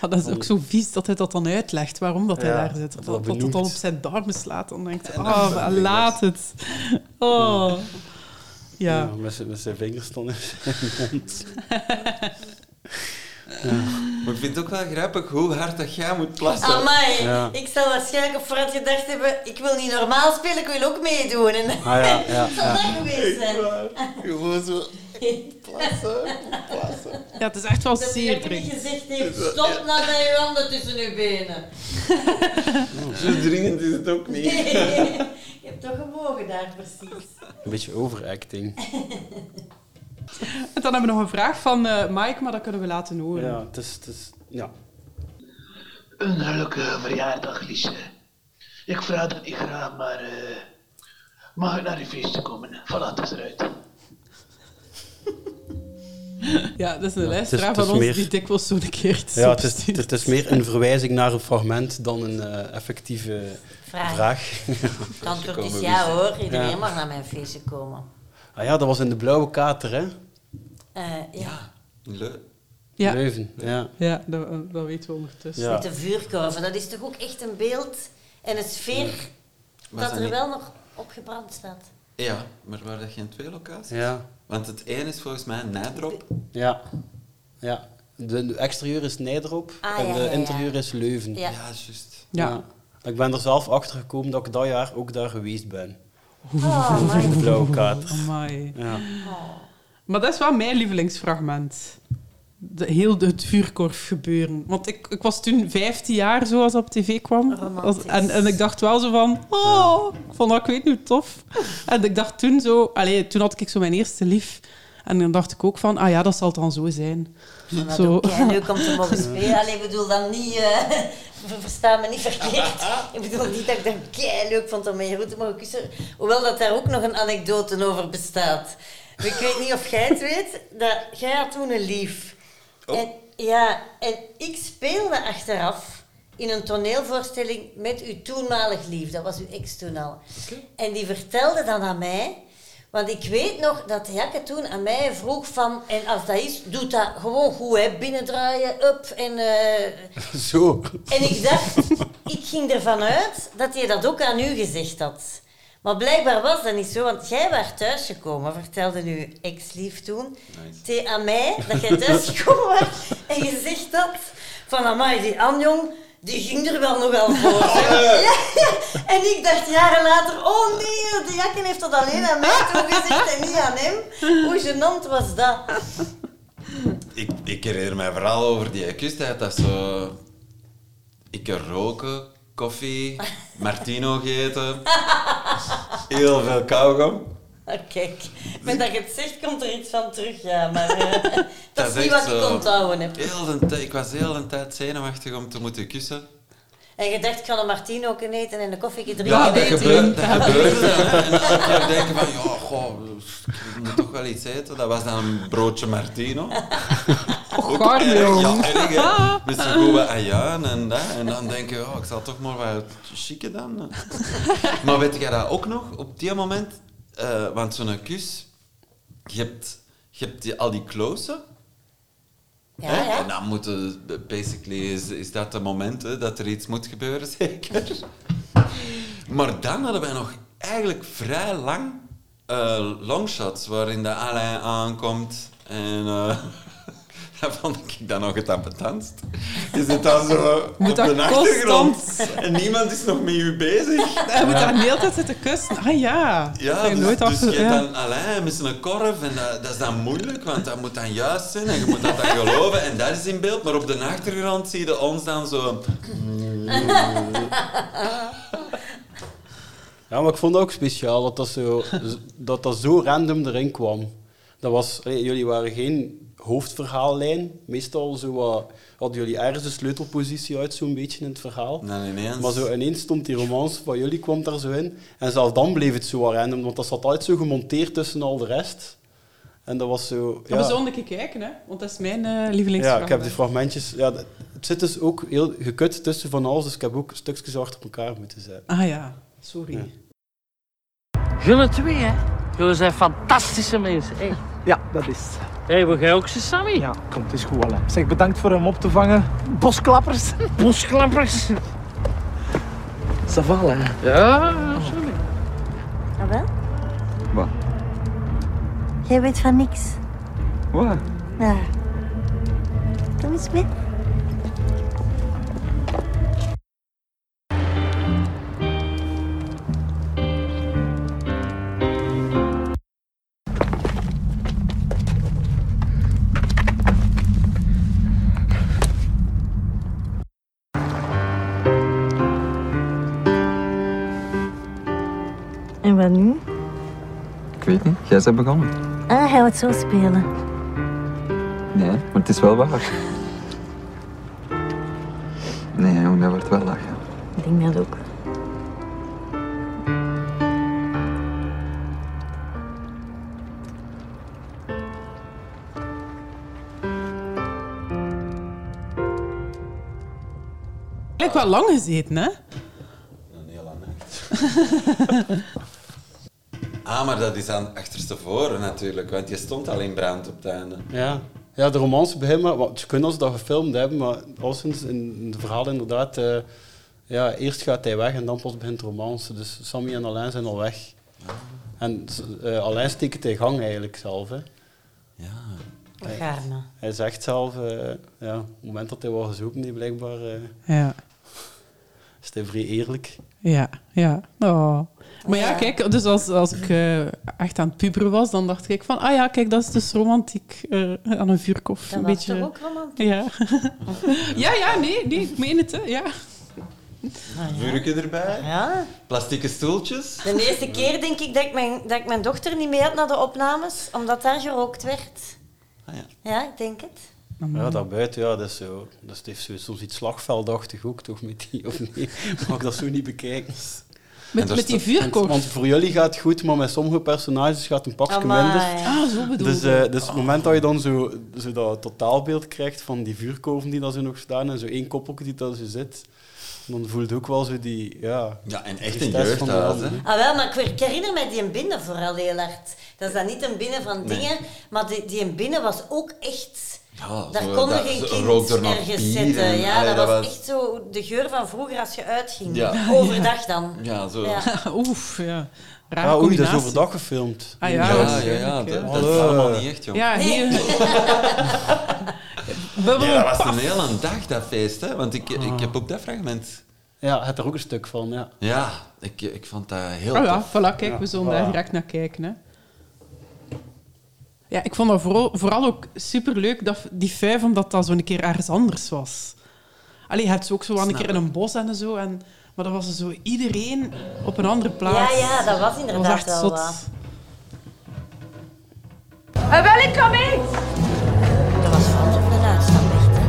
Speaker 5: Ah, dat is ook zo vies dat hij dat dan uitlegt, waarom dat hij
Speaker 4: Ja,
Speaker 5: daar zit.
Speaker 4: dat
Speaker 5: Dat dat, dat
Speaker 4: benoemt.
Speaker 5: dan op zijn darmen slaat. Dan denkt hij,
Speaker 4: En
Speaker 5: oh,
Speaker 4: dan-
Speaker 5: maar laat het. Oh. Ja.
Speaker 4: met, zijn- met zijn vingers dan in <laughs> zijn mond.
Speaker 7: Maar ik vind het ook wel grappig hoe hard dat jij moet plassen.
Speaker 6: Amai,
Speaker 7: Ja.
Speaker 6: ik zou waarschijnlijk op voorhand gedacht hebben, ik wil niet normaal spelen, ik wil ook meedoen. En
Speaker 7: Ah, ja, ja,
Speaker 6: dat zal
Speaker 7: ja.
Speaker 6: dat geweest zijn.
Speaker 7: Gewoon zo, plassen, plassen.
Speaker 5: Ja, het is echt wel
Speaker 6: Dat
Speaker 5: zeer
Speaker 6: hij niet
Speaker 5: dringend.
Speaker 6: gezegd heeft, stop nou bij je handen tussen je benen.
Speaker 7: <laughs> Zo dringend is het ook niet.
Speaker 6: <laughs> je hebt toch gewogen daar, precies.
Speaker 4: Een beetje overacting.
Speaker 5: En dan hebben we nog een vraag van eh, Mike, maar dat kunnen we laten horen.
Speaker 4: Ja, het is... Het is ja.
Speaker 15: Een leuke verjaardag, Liesje. Ik vraag dat niet graag, maar... eh, mag ik naar je feestje komen? Voilà, het is eruit.
Speaker 5: Ja, dat is een
Speaker 4: Ja,
Speaker 5: luisteraar
Speaker 4: het is-
Speaker 5: van ons
Speaker 4: het is meer-
Speaker 5: die dikwijls zo'n keer iets
Speaker 4: Ja, het is,
Speaker 5: opstuurt.
Speaker 4: het is meer een verwijzing naar een fragment dan een eh, effectieve
Speaker 6: Vraag.
Speaker 4: vraag. <laughs>
Speaker 6: Het antwoord is ja hoor, iedereen
Speaker 4: Ja.
Speaker 6: mag naar mijn feestje komen.
Speaker 4: Ah ja, dat was in de Blauwe Kater, hè?
Speaker 6: Eh, ja.
Speaker 5: Ja.
Speaker 4: Leuven, ja.
Speaker 5: Ja, dat, eh, dat weten we ondertussen.
Speaker 4: Ja.
Speaker 6: Met de vuurkorven, dat is toch ook echt een beeld en een sfeer
Speaker 7: Was
Speaker 6: dat
Speaker 7: dat
Speaker 6: er
Speaker 7: niet-
Speaker 6: wel nog opgebrand staat.
Speaker 7: Ja, maar waren dat geen twee locaties?
Speaker 4: Ja.
Speaker 7: Want het ene is volgens mij een nadrop.
Speaker 4: Ja. ja. De, de exterieur is Nijderop
Speaker 7: Ah,
Speaker 4: en
Speaker 7: ja,
Speaker 4: de
Speaker 7: ja, ja.
Speaker 4: interieur is Leuven.
Speaker 7: Ja. Ja, juist.
Speaker 5: Ja.
Speaker 4: Ik ben er zelf achter gekomen dat ik dat jaar ook daar geweest ben.
Speaker 5: Oh,
Speaker 4: <laughs>
Speaker 5: amai.
Speaker 4: De Blauwe Kater.
Speaker 5: Amai.
Speaker 4: Ja.
Speaker 5: Maar dat is wel mijn lievelingsfragment. De, heel het vuurkorf gebeuren. Want ik, ik was toen 15 jaar, zoals dat op tv kwam. Als- en, en ik dacht wel zo van... Oh, ik vond dat, ik weet nu, tof. En ik dacht toen zo... Allee, toen had ik zo mijn eerste lief. En dan dacht ik ook van... Ah ja, dat zal dan zo zijn.
Speaker 6: En dat ook ook leuk om te mogen spelen. Allee, ik bedoel dan niet... eh, <laughs> ver- versta me niet verkeerd. Ik bedoel niet dat ik dat leuk vond om met Jeroen te mogen kussen. Hoewel dat daar ook nog een anekdote over bestaat. Maar Ik weet niet of jij het weet, dat jij had toen een lief. En, ja, en ik speelde achteraf in een toneelvoorstelling met uw toenmalig lief. Dat was uw ex toen al. En die vertelde dan aan mij Want ik weet nog dat Jakke toen aan mij vroeg van... En als dat is, doe dat gewoon goed, hè. Binnendraaien, up en... eh,
Speaker 4: Zo.
Speaker 6: en ik dacht, ik ging ervan uit dat hij dat ook aan u gezegd had. Maar blijkbaar was dat niet zo, want jij werd thuisgekomen, vertelde uw ex-lief toen. Nice. aan mij dat jij thuisgekomen was en je zegt dat van Amai, die Anjong, die ging er wel nogal voor. hè. Ja, ja. En ik dacht jaren later, oh nee, de Jakken heeft dat alleen aan mij toegezegd en niet aan hem. Hoe gênant was dat?
Speaker 7: Ik, ik herinner mij vooral over die kustheid dat zo... Ik roken,
Speaker 6: <laughs>
Speaker 7: koffie, martino gegeten, heel veel kauwgom.
Speaker 6: Ah, Kijk, met dat je het zegt, komt er iets van terug, ja. Maar eh, <laughs>
Speaker 7: <laughs>
Speaker 6: dat, is niet
Speaker 7: echt
Speaker 6: wat ik
Speaker 7: zo-
Speaker 6: onthouden heb.
Speaker 7: Heel de tijd- ik was heel de tijd zenuwachtig om te moeten kussen.
Speaker 6: En je dacht, ik ga een martino ook eten en een koffie drinken.
Speaker 7: Ja, dat gebeurt. Dat gebeurt. En dan zou <laughs> ik denken van, ja, goh, ik moet toch wel iets eten. Dat was dan een broodje martino. Ook
Speaker 5: gaar,
Speaker 7: erg,
Speaker 5: jong.
Speaker 7: Ja, erg, hè. Met zo'n goede ajuin en dat. En dan denk je, oh, ik zal toch maar wat chique dan. eh. Maar weet jij dat ook nog? Op die moment, eh, want zo'n kus, je hebt, je hebt die, al die closen.
Speaker 6: Ja,
Speaker 7: Hè?
Speaker 6: ja.
Speaker 7: En dan moeten, basically, is, is dat het moment hè, dat er iets moet gebeuren, <laughs> zeker. maar dan hadden wij nog eigenlijk vrij lang eh, longshots waarin de Alain aankomt. En eh, <laughs> dat vond ik dan nog het ambetantst. Je zit dan zo
Speaker 5: Moet
Speaker 7: op
Speaker 5: dat
Speaker 7: de achtergrond
Speaker 5: constant?
Speaker 7: en niemand is nog met u bezig.
Speaker 5: <laughs> Hij moet daar een hele tijd zitten kussen. Ah ja.
Speaker 7: Ja,
Speaker 5: Dat heb ik
Speaker 7: dus,
Speaker 5: nooit
Speaker 7: dus
Speaker 5: afge-
Speaker 7: je hebt
Speaker 5: ja.
Speaker 7: dan alleen met een korf en dat, dat is dan moeilijk, want dat moet dan juist zijn en je moet dat dan geloven en dat is in beeld. Maar op de achtergrond zie je ons dan zo...
Speaker 4: Ja, maar ik vond het ook speciaal dat dat zo, dat dat zo random erin kwam. Dat was, allee, jullie waren geen hoofdverhaallijn. Meestal zo, wat- hadden jullie ergens de sleutelpositie uit, zo'n beetje in het verhaal.
Speaker 7: Dan ineens.
Speaker 4: Maar zo ineens stond die romance van jullie kwam daar zo in. En zelfs dan bleef het zo wat random, want dat zat altijd zo gemonteerd tussen al de rest. En dat was zo...
Speaker 5: Ja. We zullen een keer kijken, hè? want dat is mijn eh lievelingsvraag.
Speaker 4: Ja, ik heb die fragmentjes. Ja, dat- het zit dus ook heel gekut tussen van alles, dus ik heb ook stukjes achter elkaar moeten zetten.
Speaker 5: Ah ja, sorry.
Speaker 16: Jullie twee, hè? Jullie zijn fantastische mensen, echt. Ja, dat is Hé, hey, wil jij ook zo, Sammy? Ja,
Speaker 17: Komt, het is goed, alle. Zeg, bedankt voor hem op te vangen. Bosklappers.
Speaker 16: bosklappers.
Speaker 17: Saval, hè?
Speaker 16: Ja, sorry.
Speaker 14: Ah, wel?
Speaker 17: Wat?
Speaker 14: Jij weet van niks.
Speaker 17: Wat?
Speaker 14: Nou, kom eens mee. En wat nu?
Speaker 9: Ik weet niet, jij bent begonnen.
Speaker 14: Ah, hij wordt zo spelen.
Speaker 9: Nee, maar het is wel waar. Nee, jong, dat wordt wel lachen.
Speaker 14: Ik denk dat ook.
Speaker 5: Eigenlijk wel lang gezeten, hè?
Speaker 7: Ah, maar dat is aan achterstevoren natuurlijk, want je stond al in brand op het einde.
Speaker 4: Ja. Ja, de romance bij hem, maar wat- ze kunnen ons dat gefilmd hebben, maar alleszins in in het verhaal inderdaad, eh, ja, eerst gaat hij weg en dan pas begint de romance. Dus Sammy en Alain zijn al weg. En eh, Alain steekt het in gang eigenlijk zelf. Hè. Ja.
Speaker 6: Gaarne.
Speaker 4: Hij zegt zelf, eh, ja, op het moment dat hij was gezopen, die blijkbaar, eh,
Speaker 5: Ja.
Speaker 4: is hij vrij eerlijk.
Speaker 5: Ja, ja. Oh. Maar ja,
Speaker 6: Ja.
Speaker 5: kijk, dus als, als ik eh, echt aan het puberen was, dan dacht ik van, ah ja, kijk, dat is dus romantiek eh, aan een vuurkof.
Speaker 6: Dat
Speaker 5: een
Speaker 6: was
Speaker 5: beetje.
Speaker 6: toch ook romantiek?
Speaker 5: Ja. <laughs> ja, ja, nee, nee, ik meen het, hè. Ja.
Speaker 7: Vuurken erbij,
Speaker 6: Ja.
Speaker 7: plastieke stoeltjes.
Speaker 6: De eerste keer denk ik dat ik, mijn, dat ik mijn dochter niet mee had naar de opnames, omdat daar gerookt werd.
Speaker 7: Ah, ja.
Speaker 6: ik denk het.
Speaker 4: Ja, daarbuiten, ja, dat is zo. Dat heeft zo, soms iets slagveldachtig ook, toch, met die, of niet? <laughs> Mag ik dat zo niet bekijken?
Speaker 5: Met- daar met die staat- vuurkorf.
Speaker 4: Want, want voor jullie gaat het goed, maar met sommige personages gaat het een pakje
Speaker 5: Amai.
Speaker 4: minder.
Speaker 5: Ah, zo bedoel
Speaker 4: Dus,
Speaker 5: je.
Speaker 4: eh, dus op het moment dat je dan zo, zo dat totaalbeeld krijgt van die vuurkorven die daar zo nog staan en zo één koppelke die daar zo zit, Dan voelde ook wel zo die... Ja,
Speaker 7: ja en
Speaker 4: echt
Speaker 7: een jeugdhuis, hè.
Speaker 6: Ah wel, maar ik, weet- ik herinner mij die binnen vooral heel hard. Dat is dan niet een binnen van
Speaker 7: Nee.
Speaker 6: dingen, maar die, die binnen was ook echt...
Speaker 7: Ja,
Speaker 6: daar
Speaker 7: zo,
Speaker 6: kon er
Speaker 7: dat-
Speaker 6: geen
Speaker 7: ze
Speaker 6: kind
Speaker 7: rookt er nog
Speaker 6: ergens
Speaker 7: bier
Speaker 6: zitten.
Speaker 7: en-
Speaker 6: ja,
Speaker 7: allee,
Speaker 6: dat,
Speaker 7: dat was-
Speaker 6: was echt zo de geur van vroeger als je uitging.
Speaker 7: Ja.
Speaker 6: Overdag dan.
Speaker 7: Ja, zo.
Speaker 5: Oef, ja. Rare
Speaker 4: eh, Ah, oei, dat is
Speaker 5: combinatie.
Speaker 4: overdag gefilmd.
Speaker 5: Ah, ja,
Speaker 7: Ja,
Speaker 5: dat is
Speaker 7: ja, ja,
Speaker 5: leuk, hè.
Speaker 7: dat- dat is allemaal niet echt, joh.
Speaker 4: <laughs>
Speaker 5: Ja, hier. Bubbel,
Speaker 7: Ja, dat was
Speaker 5: paf.
Speaker 7: een hele dag, dat feest, hè. Want ik, ik heb ook dat fragment...
Speaker 4: Ja, het er ook een stuk van, ja.
Speaker 7: Ja, ik, ik vond dat heel
Speaker 5: Oh ja,
Speaker 7: tof.
Speaker 5: voilà, kijk, we zullen daar
Speaker 7: voilà.
Speaker 5: direct naar kijken. Hè. Ja, ik vond dat vooral, vooral ook superleuk, dat, die vijf, omdat dat zo'n keer ergens anders was. Allee, je hebt ze ook zo aan een
Speaker 6: Snap
Speaker 5: keer in een bos en zo, en, maar dat was zo iedereen op een andere plaats.
Speaker 6: Ja, ja, dat was inderdaad
Speaker 5: echt
Speaker 6: wel
Speaker 5: zot.
Speaker 6: wat.
Speaker 18: En wel, ik kom mee.
Speaker 6: Dat was Frans op de uitstap, echt. hè.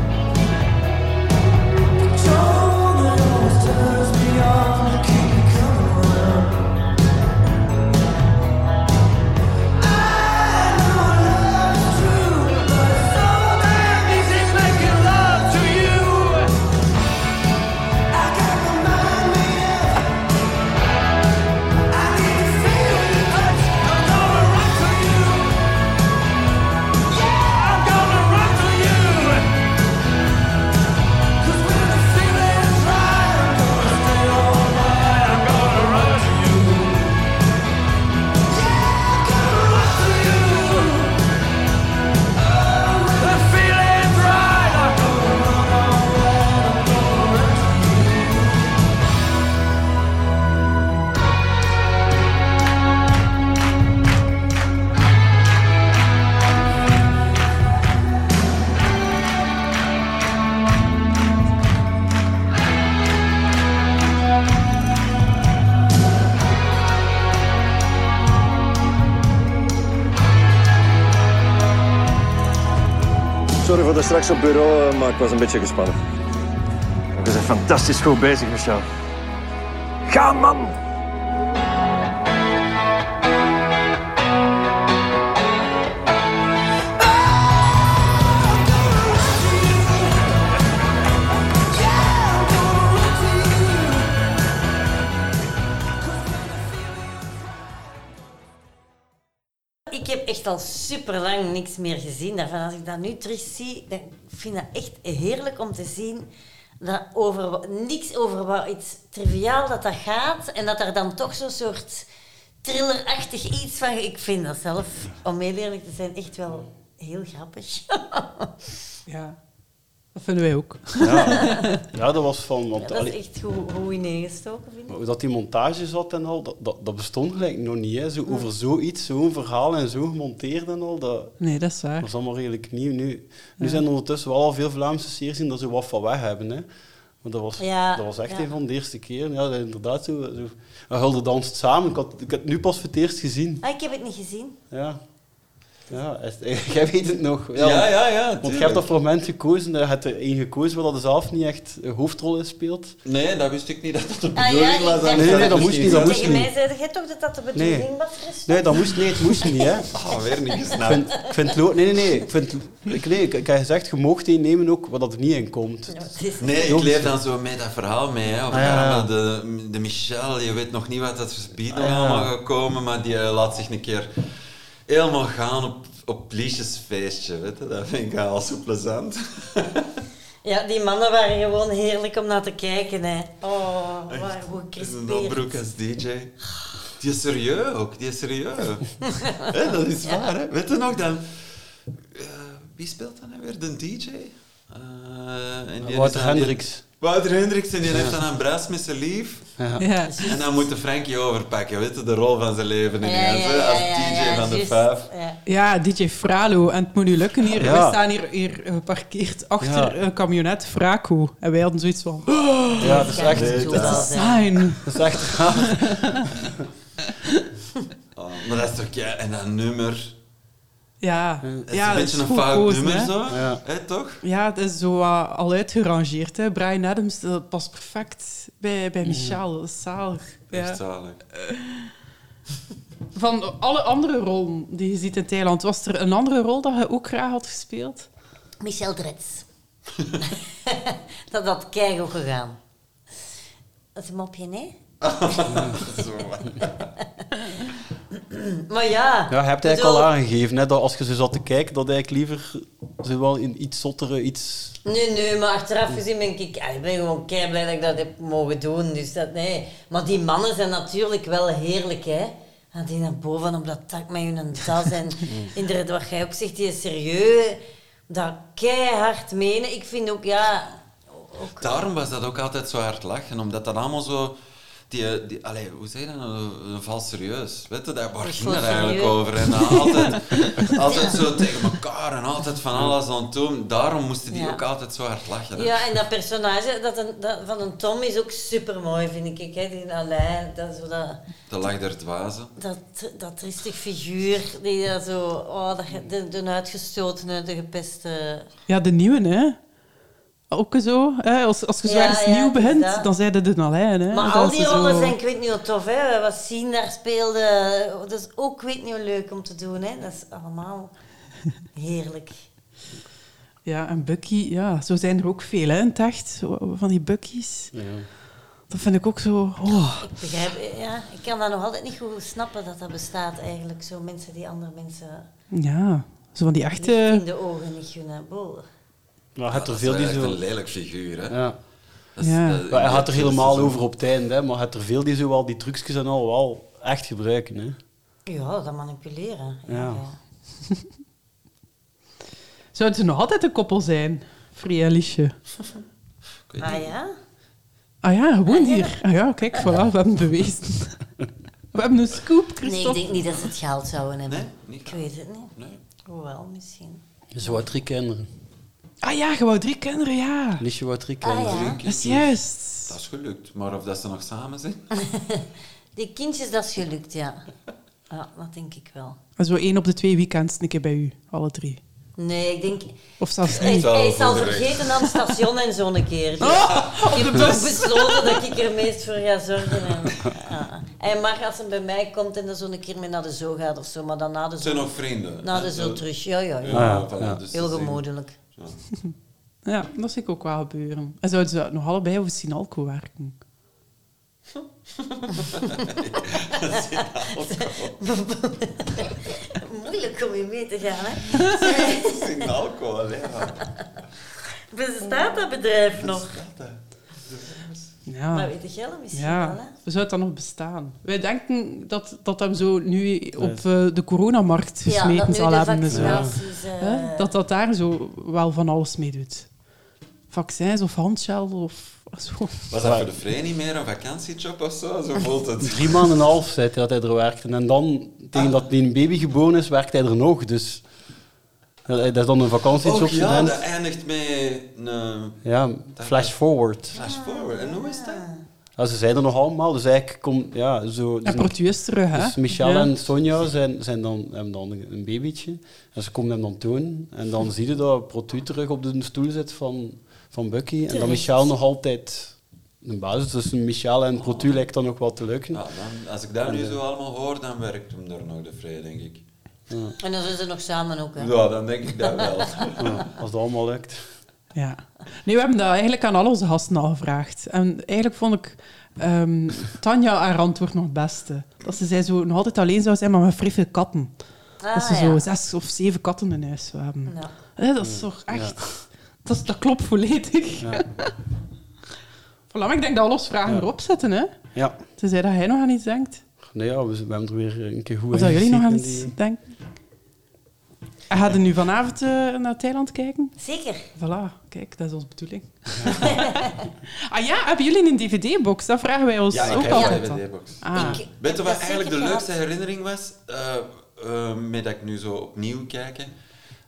Speaker 19: Sorry voor de straks op bureau, eh, maar ik was een beetje gespannen.
Speaker 20: We zijn fantastisch goed bezig, Michel. Ga, man!
Speaker 6: Ik heb echt al super lang niks meer gezien daarvan. Als ik dat nu terugzie, dan vind ik dat echt heerlijk om te zien dat over wa- niks over wat iets triviaal dat dat gaat en dat er dan toch zo'n soort thrillerachtig iets van. Ik vind dat zelf, om heel eerlijk te zijn, echt wel heel grappig. <laughs>
Speaker 5: Ja. Dat vinden wij ook.
Speaker 4: Ja, ja dat was van... Want,
Speaker 6: Ja, dat is
Speaker 4: allee,
Speaker 6: echt goed, goed ineengestoken, vind ik.
Speaker 4: hoe dat die montage zat en al, dat, dat, dat bestond gelijk nog niet. Hè. Zo, over zoiets, zo'n verhaal en zo gemonteerd en al, dat,
Speaker 5: Nee, dat is waar.
Speaker 4: dat is allemaal redelijk nieuw. Nu, nu
Speaker 5: Ja.
Speaker 4: zijn er ondertussen wel al veel Vlaamse series die er zo wat van weg hebben. Hè. Maar dat was,
Speaker 6: Ja,
Speaker 4: dat was echt
Speaker 6: ja.
Speaker 4: een van de eerste keren. Ja, dat inderdaad, zo, zo. En Hulde danst samen. Ik had, ik had het nu pas voor het eerst gezien.
Speaker 6: Ah, ik heb het niet gezien.
Speaker 4: Ja. Ja, echt, jij weet het <laughs> nog.
Speaker 7: Ja,
Speaker 4: want-
Speaker 7: ja, ja,
Speaker 4: Want je
Speaker 7: tuurlijk.
Speaker 4: hebt dat fragment gekozen, je hebt er één gekozen waar dat zelf niet echt een hoofdrol in speelt.
Speaker 7: Nee, dat wist ik niet dat dat de
Speaker 6: Ah,
Speaker 7: bedoeling
Speaker 6: ik
Speaker 7: was.
Speaker 6: dacht
Speaker 4: Nee, nee, dat moest niet, dat moest
Speaker 6: Tegen mij
Speaker 4: niet.
Speaker 6: zei jij toch dat dat de bedoeling was, Christophe?
Speaker 4: Nee, dat moest niet, het moest niet, hè.
Speaker 7: Ah, weer niet
Speaker 4: Ik
Speaker 7: gesnapt.
Speaker 4: vind, ik vind het lo- nee, nee, nee. Ik, vind, ik, nee, ik, ik heb gezegd, je mocht één nemen ook wat dat er niet in komt.
Speaker 6: Oh,
Speaker 7: Nee, ik leef dan zo met dat verhaal mee. Hè. Of
Speaker 4: Ah, ja.
Speaker 7: ja, de, eh, de Michel, je weet nog niet wat dat verspied
Speaker 4: Ah, ja.
Speaker 7: allemaal gaat komen, maar die eh, laat zich een keer helemaal gaan op, op Liesjes feestje. Weet je? Dat vind ik al zo plezant.
Speaker 6: Ja, die mannen waren gewoon heerlijk om naar te kijken. Hè. Oh, waar hoe
Speaker 7: Een
Speaker 6: crispy.
Speaker 7: opbroek als DJ. Die is serieus ook, die is
Speaker 6: <laughs>
Speaker 7: serieus. Hè, dat is waar, hè? Weet je nog dan? eh, wie speelt dan nou weer? De DJ? Eh, en die
Speaker 4: Wouter
Speaker 7: is dan- die-
Speaker 4: Hendricks.
Speaker 7: Wouter Hendricks, en die
Speaker 4: Ja.
Speaker 7: heeft dan een bruis met zijn lief.
Speaker 4: Ja.
Speaker 5: <laughs> Ja.
Speaker 7: En dan moet de Frankie overpakken, weet je, de rol van zijn leven
Speaker 6: Ja,
Speaker 7: ineens.
Speaker 6: ja,
Speaker 7: hè,
Speaker 6: ja,
Speaker 7: als
Speaker 6: ja,
Speaker 7: DJ
Speaker 6: ja,
Speaker 7: van de
Speaker 6: juist,
Speaker 7: vijf.
Speaker 6: ja.
Speaker 5: Ja, DJ Fralo. En het moet nu lukken hier.
Speaker 7: Ja.
Speaker 5: We staan hier, hier geparkeerd
Speaker 4: Ja.
Speaker 5: achter een camionet Fraco. En wij hadden zoiets van... "Oh,
Speaker 4: Ja, dat is echt...
Speaker 5: Het
Speaker 4: dat
Speaker 5: is sign.
Speaker 4: Dat is echt
Speaker 7: Oh, maar dat is toch, ja, en dat nummer.
Speaker 5: Ja,
Speaker 7: Dat Eh, is
Speaker 5: ja,
Speaker 7: een
Speaker 5: dat
Speaker 7: beetje
Speaker 5: is
Speaker 7: een
Speaker 5: goed
Speaker 7: fout
Speaker 5: gekozen,
Speaker 7: nummer,
Speaker 5: hè.
Speaker 7: zo. Hè, toch?
Speaker 5: Ja, het is zo eh, al uitgerangeerd. Hè. Brian Adams, dat past perfect bij, bij Michel. Dat is zalig. Ja.
Speaker 7: Mm. Echt zalig.
Speaker 5: Van alle andere rollen die je ziet in Thailand, was er een andere rol dat je ook graag had gespeeld?
Speaker 6: <laughs> Michel Dretz. dat had keigoed gegaan. Dat is een mopje, hè?
Speaker 7: <laughs> Zo.
Speaker 6: <laughs> maar ja.
Speaker 4: Ja, je hebt eigenlijk
Speaker 6: bedoel-
Speaker 4: al aangegeven hè, dat als je zo zat te kijken, dat eigenlijk liever zo wel in iets zottere, iets.
Speaker 6: Nee, nee, maar achteraf gezien ben ik, ah, ik ben gewoon kei blij dat ik dat heb mogen doen. Dus dat, nee. Maar die mannen zijn natuurlijk wel heerlijk, hè? Ah, Die naar boven op dat tak met hun tas. En inderdaad, wat jij ook zegt, die is serieus. Dat keihard menen. Ik vind ook, ja,
Speaker 7: Daarom was dat ook altijd zo hard lachen, omdat dat allemaal zo... Die, eh, die, allee, hoe zeg je dat? nou? Een, een vals serieus. Weet je, daar waar
Speaker 6: Een
Speaker 7: ging dat
Speaker 6: vals
Speaker 7: eigenlijk
Speaker 6: serieus.
Speaker 7: over? En dan altijd,
Speaker 6: <laughs>
Speaker 7: altijd zo tegen elkaar en altijd van alles aan het doen. Daarom moesten die
Speaker 6: Ja.
Speaker 7: ook altijd zo hard lachen. hè.
Speaker 6: Ja, en dat personage dat een, dat, van een Tom is ook supermooi, vind ik. Hè? Die Alain, dat, zo dat,
Speaker 7: De lach der dwazen.
Speaker 6: dat, dat triestig figuur, die dat zo, oh, dat, ge- de, de uitgestotene, de gepeste.
Speaker 5: Ja, de nieuwe, hè. Ook zo. Hè? Als, als je zo
Speaker 6: Ja,
Speaker 5: ergens
Speaker 6: ja,
Speaker 5: nieuw
Speaker 6: het is
Speaker 5: begint,
Speaker 6: dat.
Speaker 5: dan zijn de alleen. Hè?
Speaker 6: Maar
Speaker 5: Dat
Speaker 6: al
Speaker 5: is dus
Speaker 6: die
Speaker 5: zo-
Speaker 6: rollen zijn, ik weet niet hoe tof, hè? Wat zien daar speelde, dat is ook, ik weet niet hoe leuk om te doen, hè? Dat is allemaal heerlijk.
Speaker 5: Ja, en Bucky, ja, zo zijn er ook veel hè, in het echt, zo, van die Bucky's.
Speaker 4: Ja.
Speaker 5: Dat vind ik ook zo... Oh.
Speaker 6: Ik begrijp, ja, ik kan dat nog altijd niet goed snappen dat dat bestaat eigenlijk, zo mensen die andere mensen
Speaker 5: Ja, zo van die
Speaker 6: licht
Speaker 5: echte...
Speaker 6: in de ogen niet gunnen. Boah.
Speaker 4: Maar hij had er
Speaker 7: Dat
Speaker 4: veel
Speaker 7: is
Speaker 4: die
Speaker 7: echt
Speaker 4: zo.
Speaker 7: een lelijk figuur, hè?
Speaker 4: Ja.
Speaker 7: Dat is-
Speaker 5: Ja.
Speaker 7: dat-
Speaker 4: Maar hij had er
Speaker 7: dat is
Speaker 4: helemaal
Speaker 7: zo-
Speaker 4: over op het einde, hè, maar hij had er veel die zo wel die trucjes en al wel echt gebruiken. Hè.
Speaker 6: Ja, dat manipuleren.
Speaker 4: Ja.
Speaker 5: Zouden ze nog altijd een koppel zijn, Free en Liesje?
Speaker 6: Ah ja?
Speaker 5: Ah ja, gewoon hier. Ah ja, kijk, voilà, we hebben het bewezen. We hebben een scoop,
Speaker 6: Nee,
Speaker 5: Christophe.
Speaker 6: ik denk niet dat ze het gehaald zouden hebben.
Speaker 7: niet.
Speaker 6: Ik weet het niet. Hoewel, misschien.
Speaker 4: Ze wou drie kinderen.
Speaker 5: Ah ja, je wou drie kinderen, ja.
Speaker 4: Liesje wou drie
Speaker 6: Ah, ja.
Speaker 4: kinderen.
Speaker 5: Dat is juist.
Speaker 7: Dat is gelukt, maar of dat ze nog samen zijn? <laughs>
Speaker 6: Die kindjes, dat is gelukt, ja. Ja, dat denk ik wel.
Speaker 5: En zo één op de twee weekends een keer bij u, alle drie.
Speaker 6: Nee, ik denk...
Speaker 5: Of zelfs
Speaker 6: Hij,
Speaker 5: niet.
Speaker 6: hij is al vergeten aan het station en zo'n keer. Dus
Speaker 5: Oh!
Speaker 6: ik heb toch besloten dat ik er meest voor ga zorgen. En,
Speaker 5: <laughs>
Speaker 6: ja. Hij mag als hij bij mij komt en dan zo'n keer mee naar de zoo gaat of zo, maar dan na de
Speaker 7: Het
Speaker 6: zoo...
Speaker 7: zijn nog vrienden.
Speaker 6: Na de
Speaker 7: hè?
Speaker 6: zoo
Speaker 7: Dat-
Speaker 6: terug, ja, ja. ja.
Speaker 4: Ah,
Speaker 7: Ja, voilà, dus
Speaker 6: Heel
Speaker 7: dat is-
Speaker 6: gemoedelijk.
Speaker 5: Ja, dat zie ik ook wel gebeuren. En zouden ze nog allebei over Sinalco werken?
Speaker 6: Moeilijk om je mee te gaan, hè?
Speaker 7: Sinalco,
Speaker 6: <laughs>
Speaker 7: ja.
Speaker 6: Bestaat dat bedrijf nog?
Speaker 5: Ja.
Speaker 6: Maar weet je wel, misschien
Speaker 5: ja.
Speaker 6: wel, hè?
Speaker 5: Zou het dan nog bestaan? Wij denken dat dat hem zo nu op eh, de coronamarkt
Speaker 6: Ja,
Speaker 5: gesmeten
Speaker 6: dat nu
Speaker 5: zal
Speaker 6: de
Speaker 5: hebben. en zo.
Speaker 6: vaccinaties, eh.
Speaker 5: Hè? Dat dat daar zo wel van alles mee doet. Vaccins of handshell of <laughs> zo.
Speaker 4: Dus
Speaker 7: Was dat voor de vrij niet meer een vakantiejob of zo? Zo voelt het.
Speaker 4: Drie maanden en een half zei hij dat hij er werkte. En dan, tegen dat die baby geboren is, werkt hij er nog. Dus eh, dat dat is dan een vakantiejob.
Speaker 7: Och Oh, ja,
Speaker 4: student.
Speaker 7: dat eindigt met een...
Speaker 4: ja, flash forward.
Speaker 6: Ah.
Speaker 7: Flash forward. En hoe is dat?
Speaker 4: Ja, ze zijn er nog allemaal, dus eigenlijk komt... Ja, zo, dus,
Speaker 5: Portu is terug, hè?
Speaker 4: Dus Michel
Speaker 5: Ja.
Speaker 4: en Sonja zijn, zijn dan, hebben dan een babytje. En ze komen hem dan tonen. En dan zie je dat Protu terug op de stoel zit van, van Bucky. En
Speaker 7: Terecht.
Speaker 4: dan Michel nog altijd een basis. Dus Michel en Protu lijkt dan nog wel te lukken.
Speaker 7: Ja, dan, als ik dat nu zo allemaal hoor, dan werkt hem er nog de vrij, denk ik.
Speaker 6: En dan zijn ze nog samen ook, hè?
Speaker 7: Ja, dan denk ik dat
Speaker 6: <laughs>
Speaker 7: wel.
Speaker 4: Ja, als dat allemaal lukt.
Speaker 5: Ja. Nee, we hebben dat eigenlijk aan al onze gasten al gevraagd. En eigenlijk vond ik ehm, Tanja haar antwoord nog het beste. Dat ze zei zo nog altijd alleen zou zijn, maar met vrij veel katten.
Speaker 6: Ah,
Speaker 5: dat ze
Speaker 6: ja.
Speaker 5: zo zes of zeven katten in huis zou hebben. Hè, dat is toch echt... Dat, is- dat klopt volledig.
Speaker 4: Ja.
Speaker 5: <laughs> Voilà, maar ik denk dat we los vragen erop zetten, hè.
Speaker 4: Ja.
Speaker 5: Tenzij dat hij nog aan iets denkt.
Speaker 4: Nee, ja, we, we hebben er weer een keer goed
Speaker 5: Of dat jullie nog aan
Speaker 4: ingezeten,
Speaker 5: iets
Speaker 4: die-
Speaker 5: denken. En Gaan we nu vanavond eh, naar Thailand kijken?
Speaker 6: Zeker.
Speaker 5: Voilà, kijk, dat is onze bedoeling. <laughs> ah ja, hebben jullie een dvd-box? Dat vragen wij ons
Speaker 7: Ja, ik
Speaker 5: ook
Speaker 7: heb
Speaker 5: altijd.
Speaker 7: een
Speaker 5: af.
Speaker 7: DVD-box.
Speaker 5: Ah.
Speaker 7: Weet je
Speaker 6: dat
Speaker 7: wat eigenlijk de
Speaker 6: zeker
Speaker 7: leukste
Speaker 6: gehad.
Speaker 7: herinnering was? Eh, eh, met dat ik nu zo opnieuw kijk.